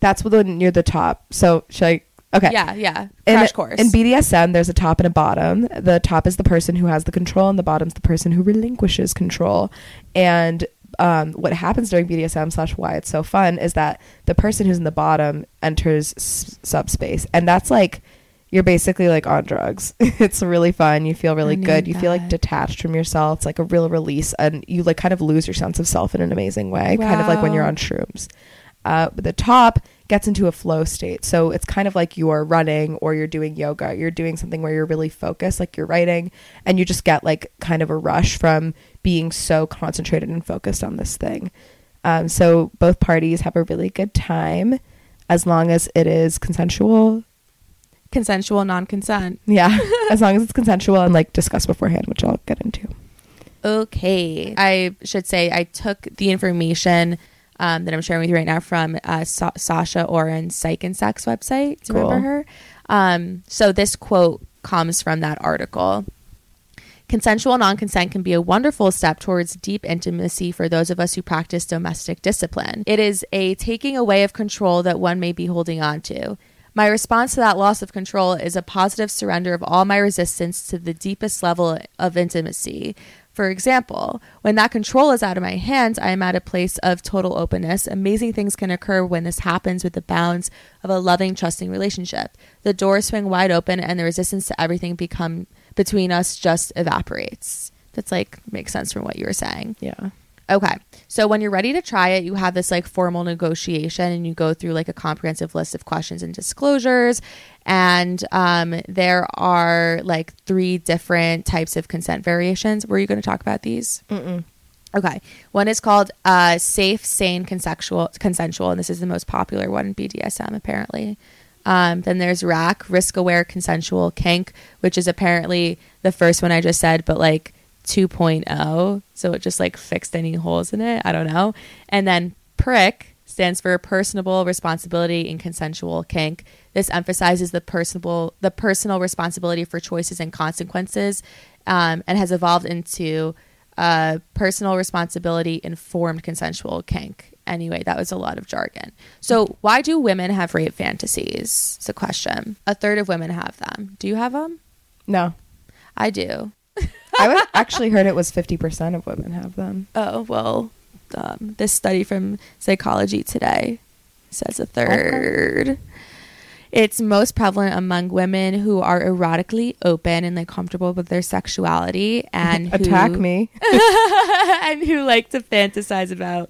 That's when you're the top. So should I? Okay.
Yeah, yeah.
In-
Crash course.
In BDSM, there's a top and a bottom. The top is the person who has the control, and the bottom's the person who relinquishes control. And um, what happens during BDSM slash why it's so fun is that the person who's in the bottom enters s- subspace, and that's like you're basically like on drugs. it's really fun. You feel really
need
good. You feel like
that.
detached from yourself. It's like a real release, and you like kind of lose your sense of self in an amazing way, kind of like when you're
Wow.
on shrooms. Uh, but the top gets into a flow state. So it's kind of like you are running or you're doing yoga. You're doing something where you're really focused, like you're writing, and you just get like kind of a rush from being so concentrated and focused on this thing. Um, so both parties have a really good time as long as it is consensual.
Consensual non consent.
Yeah, as long as it's consensual and like discussed beforehand, which I'll get into.
Okay. I should say I took the information um, that I'm sharing with you right now from uh, Sa- Sasha Oren's Psych and Sex website. Do you
Cool.
remember her? Um, so this quote comes from that article. Consensual non consent can be a wonderful step towards deep intimacy for those of us who practice domestic discipline. It is a taking away of control that one may be holding on to. My response to that loss of control is a positive surrender of all my resistance to the deepest level of intimacy. For example, when that control is out of my hands, I am at a place of total openness. Amazing things can occur when this happens with the bounds of a loving, trusting relationship. The doors swing wide open and the resistance to everything become between us just evaporates. That's like makes sense from what you were saying.
Yeah.
Okay. So when you're ready to try it, you have this like formal negotiation and you go through like a comprehensive list of questions and disclosures. And um, there are like three different types of consent variations. Were you going to talk about these? Okay. One is called uh, safe, sane, consensual, consensual, and this is the most popular one in BDSM apparently. Um, then there's RAC, risk aware, consensual, kink, which is apparently the first one I just said, but like 2.0. So it just like fixed any holes in it. I don't know. And then PRIC stands for personable responsibility and consensual kink. This emphasizes the personable, the personal responsibility for choices and consequences, um, and has evolved into uh, personal responsibility informed consensual kink. Anyway, that was a lot of jargon. So, why do women have rape fantasies? It's a question. A third of women have them. Do you have them?
No.
I do.
I was actually heard it was 50% of women have them.
Oh, well, um, this study from Psychology Today says a third. It's most prevalent among women who are erotically open and like comfortable with their sexuality and who-
Attack me.
and who like to fantasize about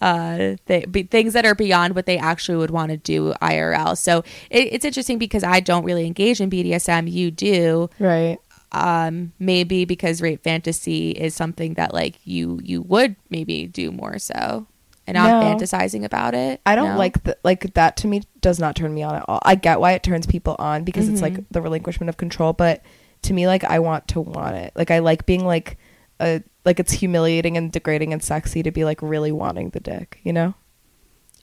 uh, th- be- things that are beyond what they actually would want to do IRL. So it, it's interesting because I don't really engage in BDSM. You do,
Right.
um, maybe because rape fantasy is something that like you you would maybe do more so, and I'm
No.
fantasizing about it.
I don't
No.
like that. Like that to me does not turn me on at all. I get why it turns people on because it's like the relinquishment of control. But to me, like I want to want it. Like I like being like a like it's humiliating and degrading and sexy to be like really wanting the dick. You know.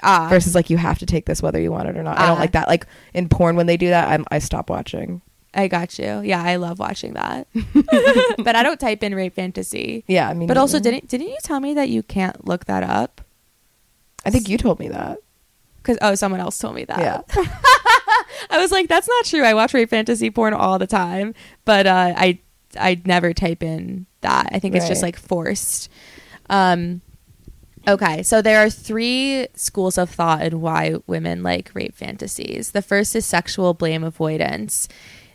ah
Versus like you have to take this whether you want it or not. I don't
Uh-huh.
like that. Like in porn when they do that, I'm I stop watching.
I got you. Yeah, I love watching that, but I don't type in rape fantasy.
Yeah, I mean.
But also,
neither.
didn't didn't you tell me that you can't look that up?
I think you told me that?
Because oh, someone else told me that.
Yeah.
I was like, that's not true. I watch rape fantasy porn all the time, but uh, I I never type in that. I think it's just
Right.
like forced. Um, okay, so there are three schools of thought in why women like rape fantasies. The first is sexual blame avoidance.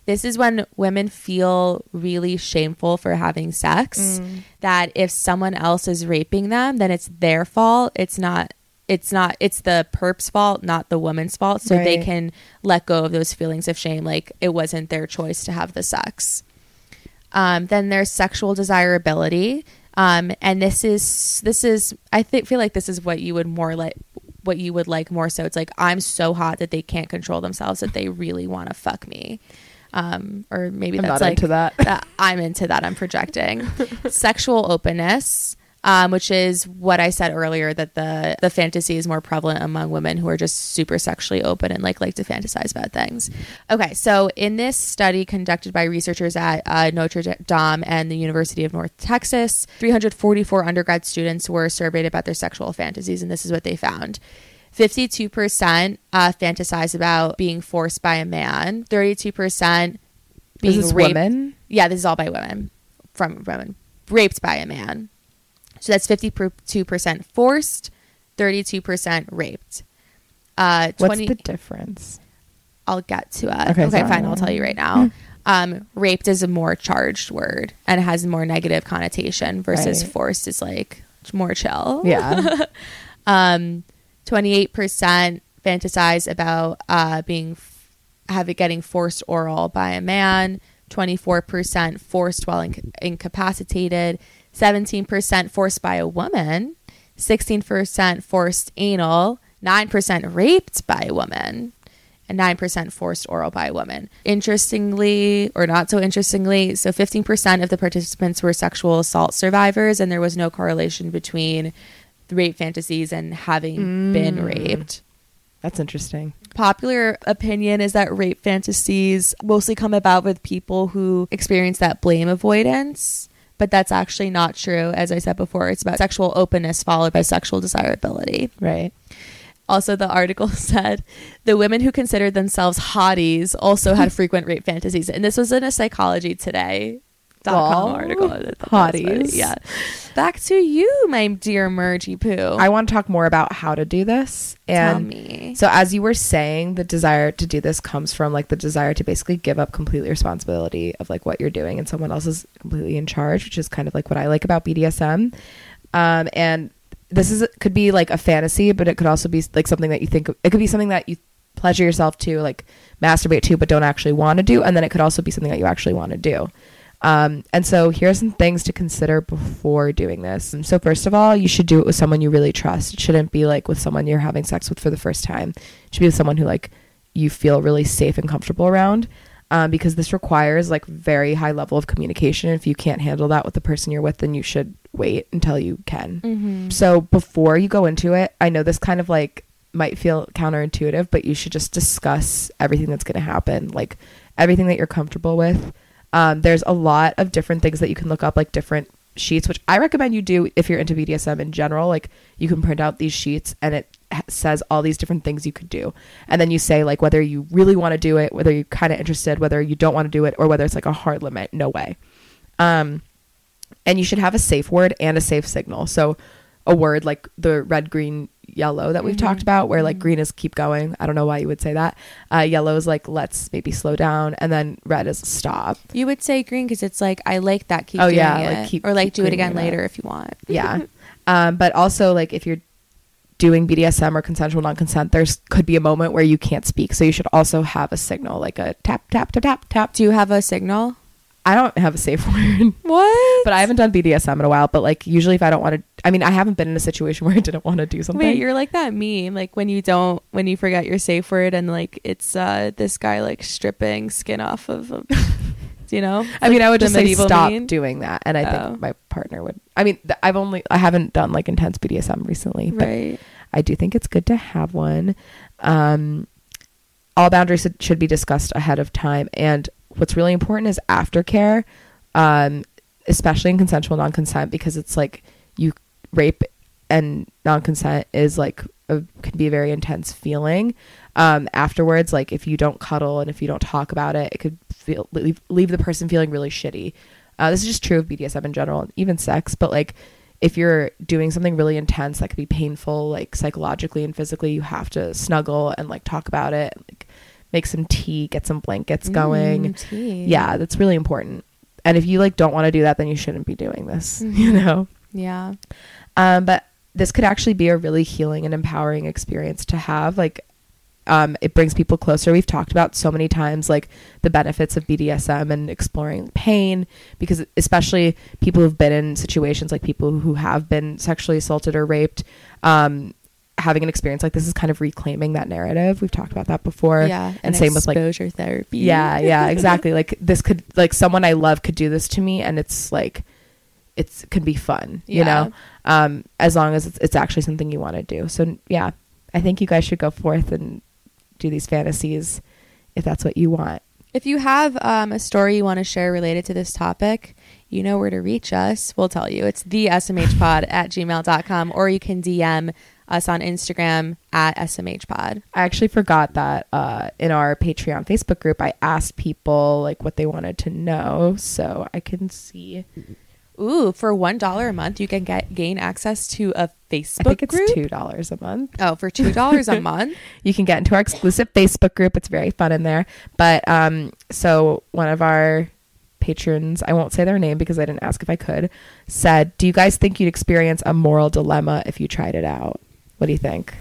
This is when women feel really shameful for having sex. That if someone else is raping them, then it's their fault. It's not. It's not. It's the perp's fault, not the woman's fault. So they can
Right.
can let go of those feelings of shame like it wasn't their choice to have the sex um, then there's sexual desirability um, and this is this is i think feel like this is what you would more like what you would like more so it's like i'm so hot that they can't control themselves that they really want to fuck me um, or maybe
I'm
that's
not
like
into that.
that I'm into that. I'm projecting sexual openness, um, which is what I said earlier that the the fantasy is more prevalent among women who are just super sexually open and like like to fantasize about things. Okay, so in this study conducted by researchers at uh, Notre Dame and the University of North Texas, 344 undergrad students were surveyed about their sexual fantasies, and this is what they found. 52% uh, fantasize about being forced by a man. 32% being
This is
raped
women.
yeah, this is all by women from women raped by a man. So that's 52% forced, 32% raped. Uh, 20,
What's the difference?
I'll get to it. Okay,
Okay, sorry. Hmm.
fine. I'll tell you right now. Um, raped is a more charged word and has more negative connotation versus
Right.
forced is like more chill.
Yeah.
Um, 28% fantasize about uh, being f- have it getting forced oral by a man, 24% forced while inc- incapacitated, 17% forced by a woman, 16% forced anal, 9% raped by a woman. And 9% forced oral by a woman. Interestingly, or not so interestingly, so 15% of the participants were sexual assault survivors, and there was no correlation between rape fantasies and having been raped.
That's interesting.
Popular opinion is that rape fantasies mostly come about with people who experience that blame avoidance, but that's actually not true. As I said before, it's about sexual openness followed by sexual desirability.
Right.
Also, the article said the women who considered themselves hotties also had frequent rape fantasies. And this was in a psychology today. Dot com
Wow.
article. I thought that was funny.
Hotties.
Yeah. Back to you, my dear Mergy Poo.
Oh. I want to talk more about how to do this. And
Tell me.
So as you were saying, the desire to do this comes from like the desire to basically give up completely responsibility of like what you're doing and someone else is completely in charge, which is kind of like what I like about BDSM. Um, and this is could be like a fantasy, but it could also be like something that you think it could be something that you pleasure yourself to, like masturbate to, but don't actually want to do. And then it could also be something that you actually want to do. Um, and so here are some things to consider before doing this. Um, So first of all, you should do it with someone you really trust. It shouldn't be like with someone you're having sex with for the first time. It should be with someone who like you feel really safe and comfortable around. Um, because this requires like very high level of communication. If you can't handle that with the person you're with, then you should wait until you can.
Mm-hmm. Mm.
So before you go into it, I know this kind of like might feel counterintuitive, but you should just discuss everything that's going to happen, like everything that you're comfortable with. Um, there's a lot of different things that you can look up, like different sheets, which I recommend you do if you're into BDSM in general. Like you can print out these sheets and it ha- says all these different things you could do. And then you say, like, whether you really want to do it, whether you're kind of interested, whether you don't want to do it, or whether it's like a hard limit, no way. Um, and you should have a safe word and a safe signal. So a word like the red, green, yellow that we've
Mm-hmm.
talked about, where like green is keep going. I don't know why you would say that. Uh, yellow is like let's maybe slow down, and then red is stop.
You would say green because it's like I like that. Keep
Oh,
doing
yeah,
it.
like, keep-
or like
keep
do it
greening
again
it up.
later if you want.
Yeah, um, but also like if you're doing BDSM or consensual non-consent, there's could be a moment where you can't speak. So you should also have a signal, like a tap, tap, tap, tap, tap.
Do you have a signal?
I don't have a safe word,
What?
but I haven't done BDSM in a while. But like usually, if I don't want to, I mean, I haven't been in a situation where I didn't want to do something.
Wait, you're like that meme, like when you don't, when you forget your safe word, and like it's uh this guy like stripping skin off of, a, you know.
I mean, I would
the
just say
medieval
stop
meme.
doing that, and I
Oh.
think my partner would. I mean, th- I've only I haven't done like intense BDSM recently, but
right.
I do think it's good to have one. Um, all boundaries should- should be discussed ahead of time, and what's really important is aftercare, um, especially in consensual non-consent, because it's like you rape and non-consent is like a, can be a very intense feeling. Um, afterwards, like if you don't cuddle and if you don't talk about it, it could feel leave, leave the person feeling really shitty. Uh, this is just true of BDSM in general, and even sex, but like if you're doing something really intense that could be painful like psychologically and physically you have to snuggle and like talk about it like make some tea get some blankets going
Mm, tea.
yeah that's really important and if you like don't want to do that then you shouldn't be doing this you know
Yeah.
um, but this could actually be a really healing and empowering experience to have. Like, um, it brings people closer. We've talked about so many times, like the benefits of BDSM and exploring pain, because especially people who've been in situations like people who have been sexually assaulted or raped, um, having an experience like this is kind of reclaiming that narrative. We've talked about that before.
yeah.
and same with, like-
exposure therapy.
Yeah, yeah, exactly. like this could like someone I love could do this to me and it's like it's could be fun, you
Yeah.
know. Um as long as it's, it's actually something you want to do. So yeah, I think you guys should go forth and do these fantasies if that's what you want.
If you have um, a story you want to share related to this topic, you know where to reach us. We'll tell you. It's the smhpod at gmail.com or you can DM us on Instagram at smhpod.
I actually forgot that uh, in our Patreon Facebook group, I asked people like what they wanted to know, so I can see.
Ooh, for one dollar a month, you can get gain access to a Facebook
I think it's
group.
two dollars a month.
Oh, for two dollars a month.
you can get into our exclusive Facebook group. It's very fun in there. But um, so one of our patrons, I won't say their name because I didn't ask if I could, said, "Do you guys think you'd experience a moral dilemma if you tried it out? What do you think?"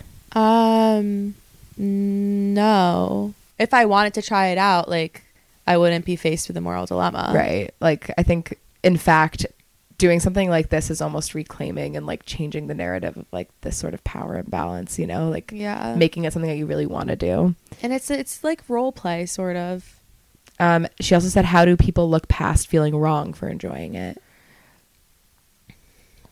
Um, no. If I wanted to try it out, like I wouldn't be faced with a moral dilemma.
right. Like I think, in fact. Doing something like this is almost reclaiming and like changing the narrative of like this sort of power imbalance, you know, like
Yeah.
making it something that you really want to do.
and it's it's like role play sort of.
Um, she also said, How do people look past feeling wrong for enjoying it?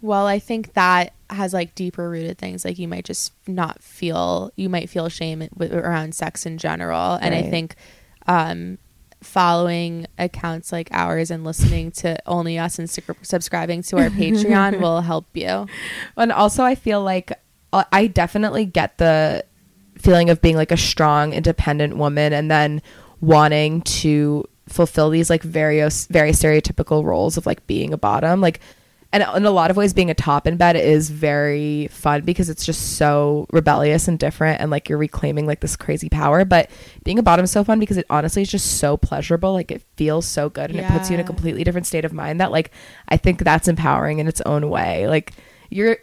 Well, I think that has like deeper rooted things. Like you might just not feel, you might feel shame w- around sex in general. And I
Right.
think um, following accounts like ours and listening to only us and sub- subscribing to our Patreon will help you.
And also, I feel like I I definitely get the feeling of being like a strong, independent woman and then wanting to fulfill these like various, very stereotypical roles of like being a bottom. Like, and in a lot of ways, being a top in bed is very fun because it's just so rebellious and different, and like you're reclaiming like this crazy power. But being a bottom is so fun because it honestly is just so pleasurable. Like it feels so good, and it puts you in a
Yeah.
complete completely different state of mind that like I think that's empowering in its own way. Like you're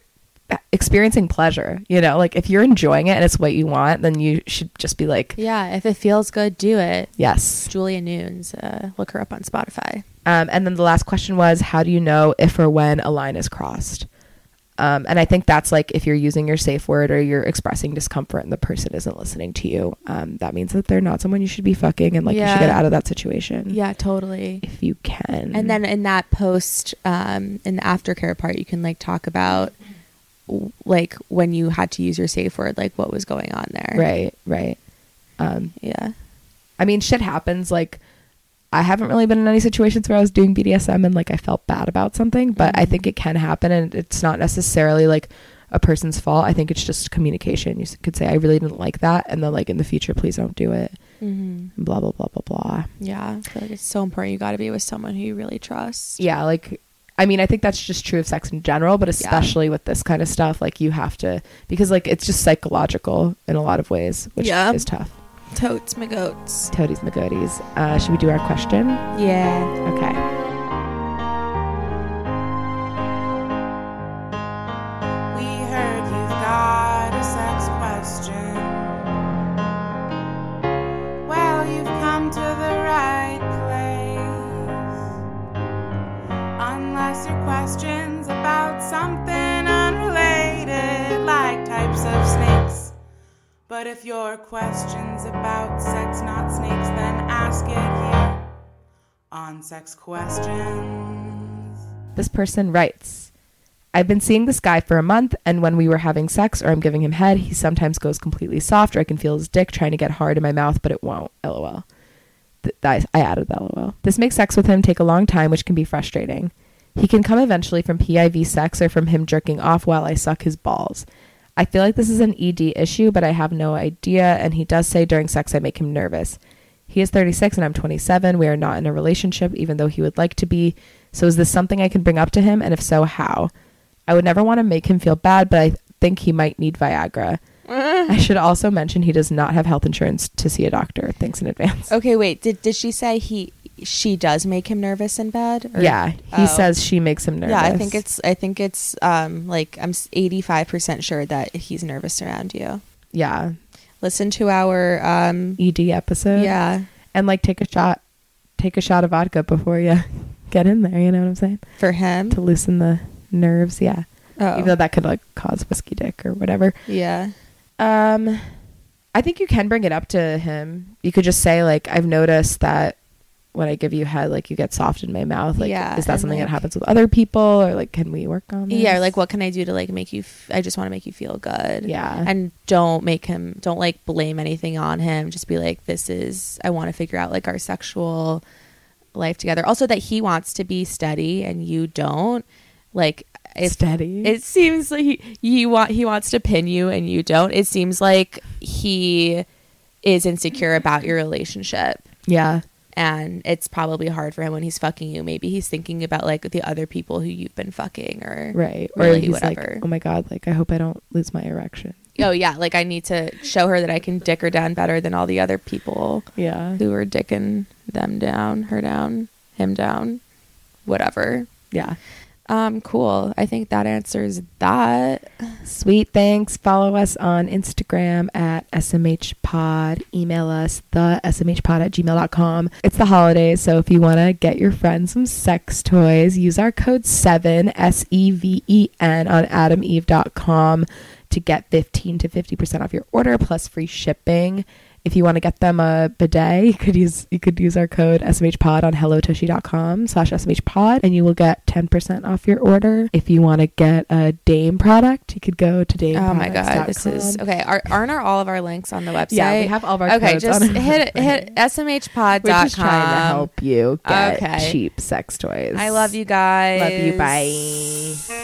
experiencing pleasure, you know? Like if you're enjoying it and it's what you want, then you should just be like,
Yeah, if it feels good, do it.
yes.
Julia Nunes, uh, look her up on Spotify.
Um, and then the last question was, how do you know if or when a line is crossed? Um, and I think that's like if you're using your safe word or you're expressing discomfort and the person isn't listening to you, um, that means that they're not someone you should be fucking and like you should
Yeah.
get out of that situation.
Yeah, totally.
If you can.
And then in that post, um, in the aftercare part, you can like talk about w- like when you had to use your safe word, like what was going on there.
Right, right. Um,
Yeah.
I mean, shit happens. Like, I haven't really been in any situations where I was doing BDSM and like I felt bad about something, but I
Mhm.
think it can happen, and it's not necessarily like a person's fault. I think it's just communication. You s- could say, "I really didn't like that," and then like in the future, please don't do it.
Mm-hmm.
And blah blah blah blah blah.
Yeah. I feel like it's so important. You got to be with someone who you really trust.
Yeah, like. I mean, I think that's just true of sex in general, but especially with this kind of stuff, like you have to because like it's just psychological in a lot of ways, which
Yeah.
is tough.
Totes my goats.
Toadies McGoaties. Uh, should we do our question?
Yeah.
Okay.
We heard you've got a into the right place. Unless your question's about something unrelated, like types of snakes. But if your question's about sex, not snakes, then ask it here on Sex Questions.
This person writes I've been seeing this guy for a month, and when we were having sex or I'm giving him head, he sometimes goes completely soft or I can feel his dick trying to get hard in my mouth, but it won't. LOL. Th- I, I added the LOL. This makes sex with him take a long time, which can be frustrating. He can come eventually from PIV sex or from him jerking off while I suck his balls. I feel like this is an ED issue, but I have no idea, and he does say during sex I make him nervous. He is 36 and I'm 27. We are not in a relationship, even though he would like to be. So, is this something I can bring up to him? And if so, how? I would never want to make him feel bad, but I think he might need Viagra. I should also mention he does not have health insurance to see a doctor. Thanks in advance.
Okay, wait. Did did she say he she does make him nervous in bed? Or-
Yeah, he
Oh.
says she makes him nervous.
Yeah, I think it's I think it's um like I'm 85% sure that he's nervous around you.
yeah
Listen to our um
ED episode.
yeah,
and like take a shot, take a shot of vodka before you get in there. You know what I'm saying?
for him.
To loosen the nerves. Yeah, even though
Oh.
that could like cause whiskey dick or whatever.
Yeah.
Um, I think you can bring it up to him. You could just say like, "I've noticed that when I give you head, like you get soft in my mouth. Like,
Yeah,
is that
and,
something
like-
that happens with other people, or like, can we work on? This?
Yeah, or, like what can I do to like make you f- I just want to make you feel good.
Yeah,
And don't make him don't like blame anything on him. Just be like this is I want to figure out like our sexual life together. Also that he wants to be steady and you don't. Like if
steady.
it seems like he, you want he wants to pin you and you don't it seems like he is insecure about your relationship
yeah,
and it's probably hard for him when he's fucking you maybe he's thinking about like the other people who you've been fucking or
right. or
really
he's
whatever
like, "Oh my god, like I hope I don't lose my erection."
oh yeah like i need to show her that i can dick her down better than all the other people
Yeah,
who are dicking them down her down him down whatever
yeah.
um cool i think that answers that
Sweet, thanks. Follow us on Instagram at smhpod. Email us the smhpod at gmail.com. It's the holidays, so if you want to get your friends some sex toys, use our code E 7, S-E-V-E-N, on adameve.com to get 15 to 50% off your order plus free shipping. If you want to get them a bidet, you could use you could use our code SMHPod on hellotushy.com slash SMHPod and you will get 10% off your order. If you want to get a Dame product, you could go to Dame.
Oh my god, this is okay. Are, aren't our, all of our links on the website?
Yeah, we have all of our
okay,
codes
just
on our
hit
website.
hit smhpod.com.
We're just trying to help you get
Okay.
cheap sex toys.
I love you guys.
Love you. Bye.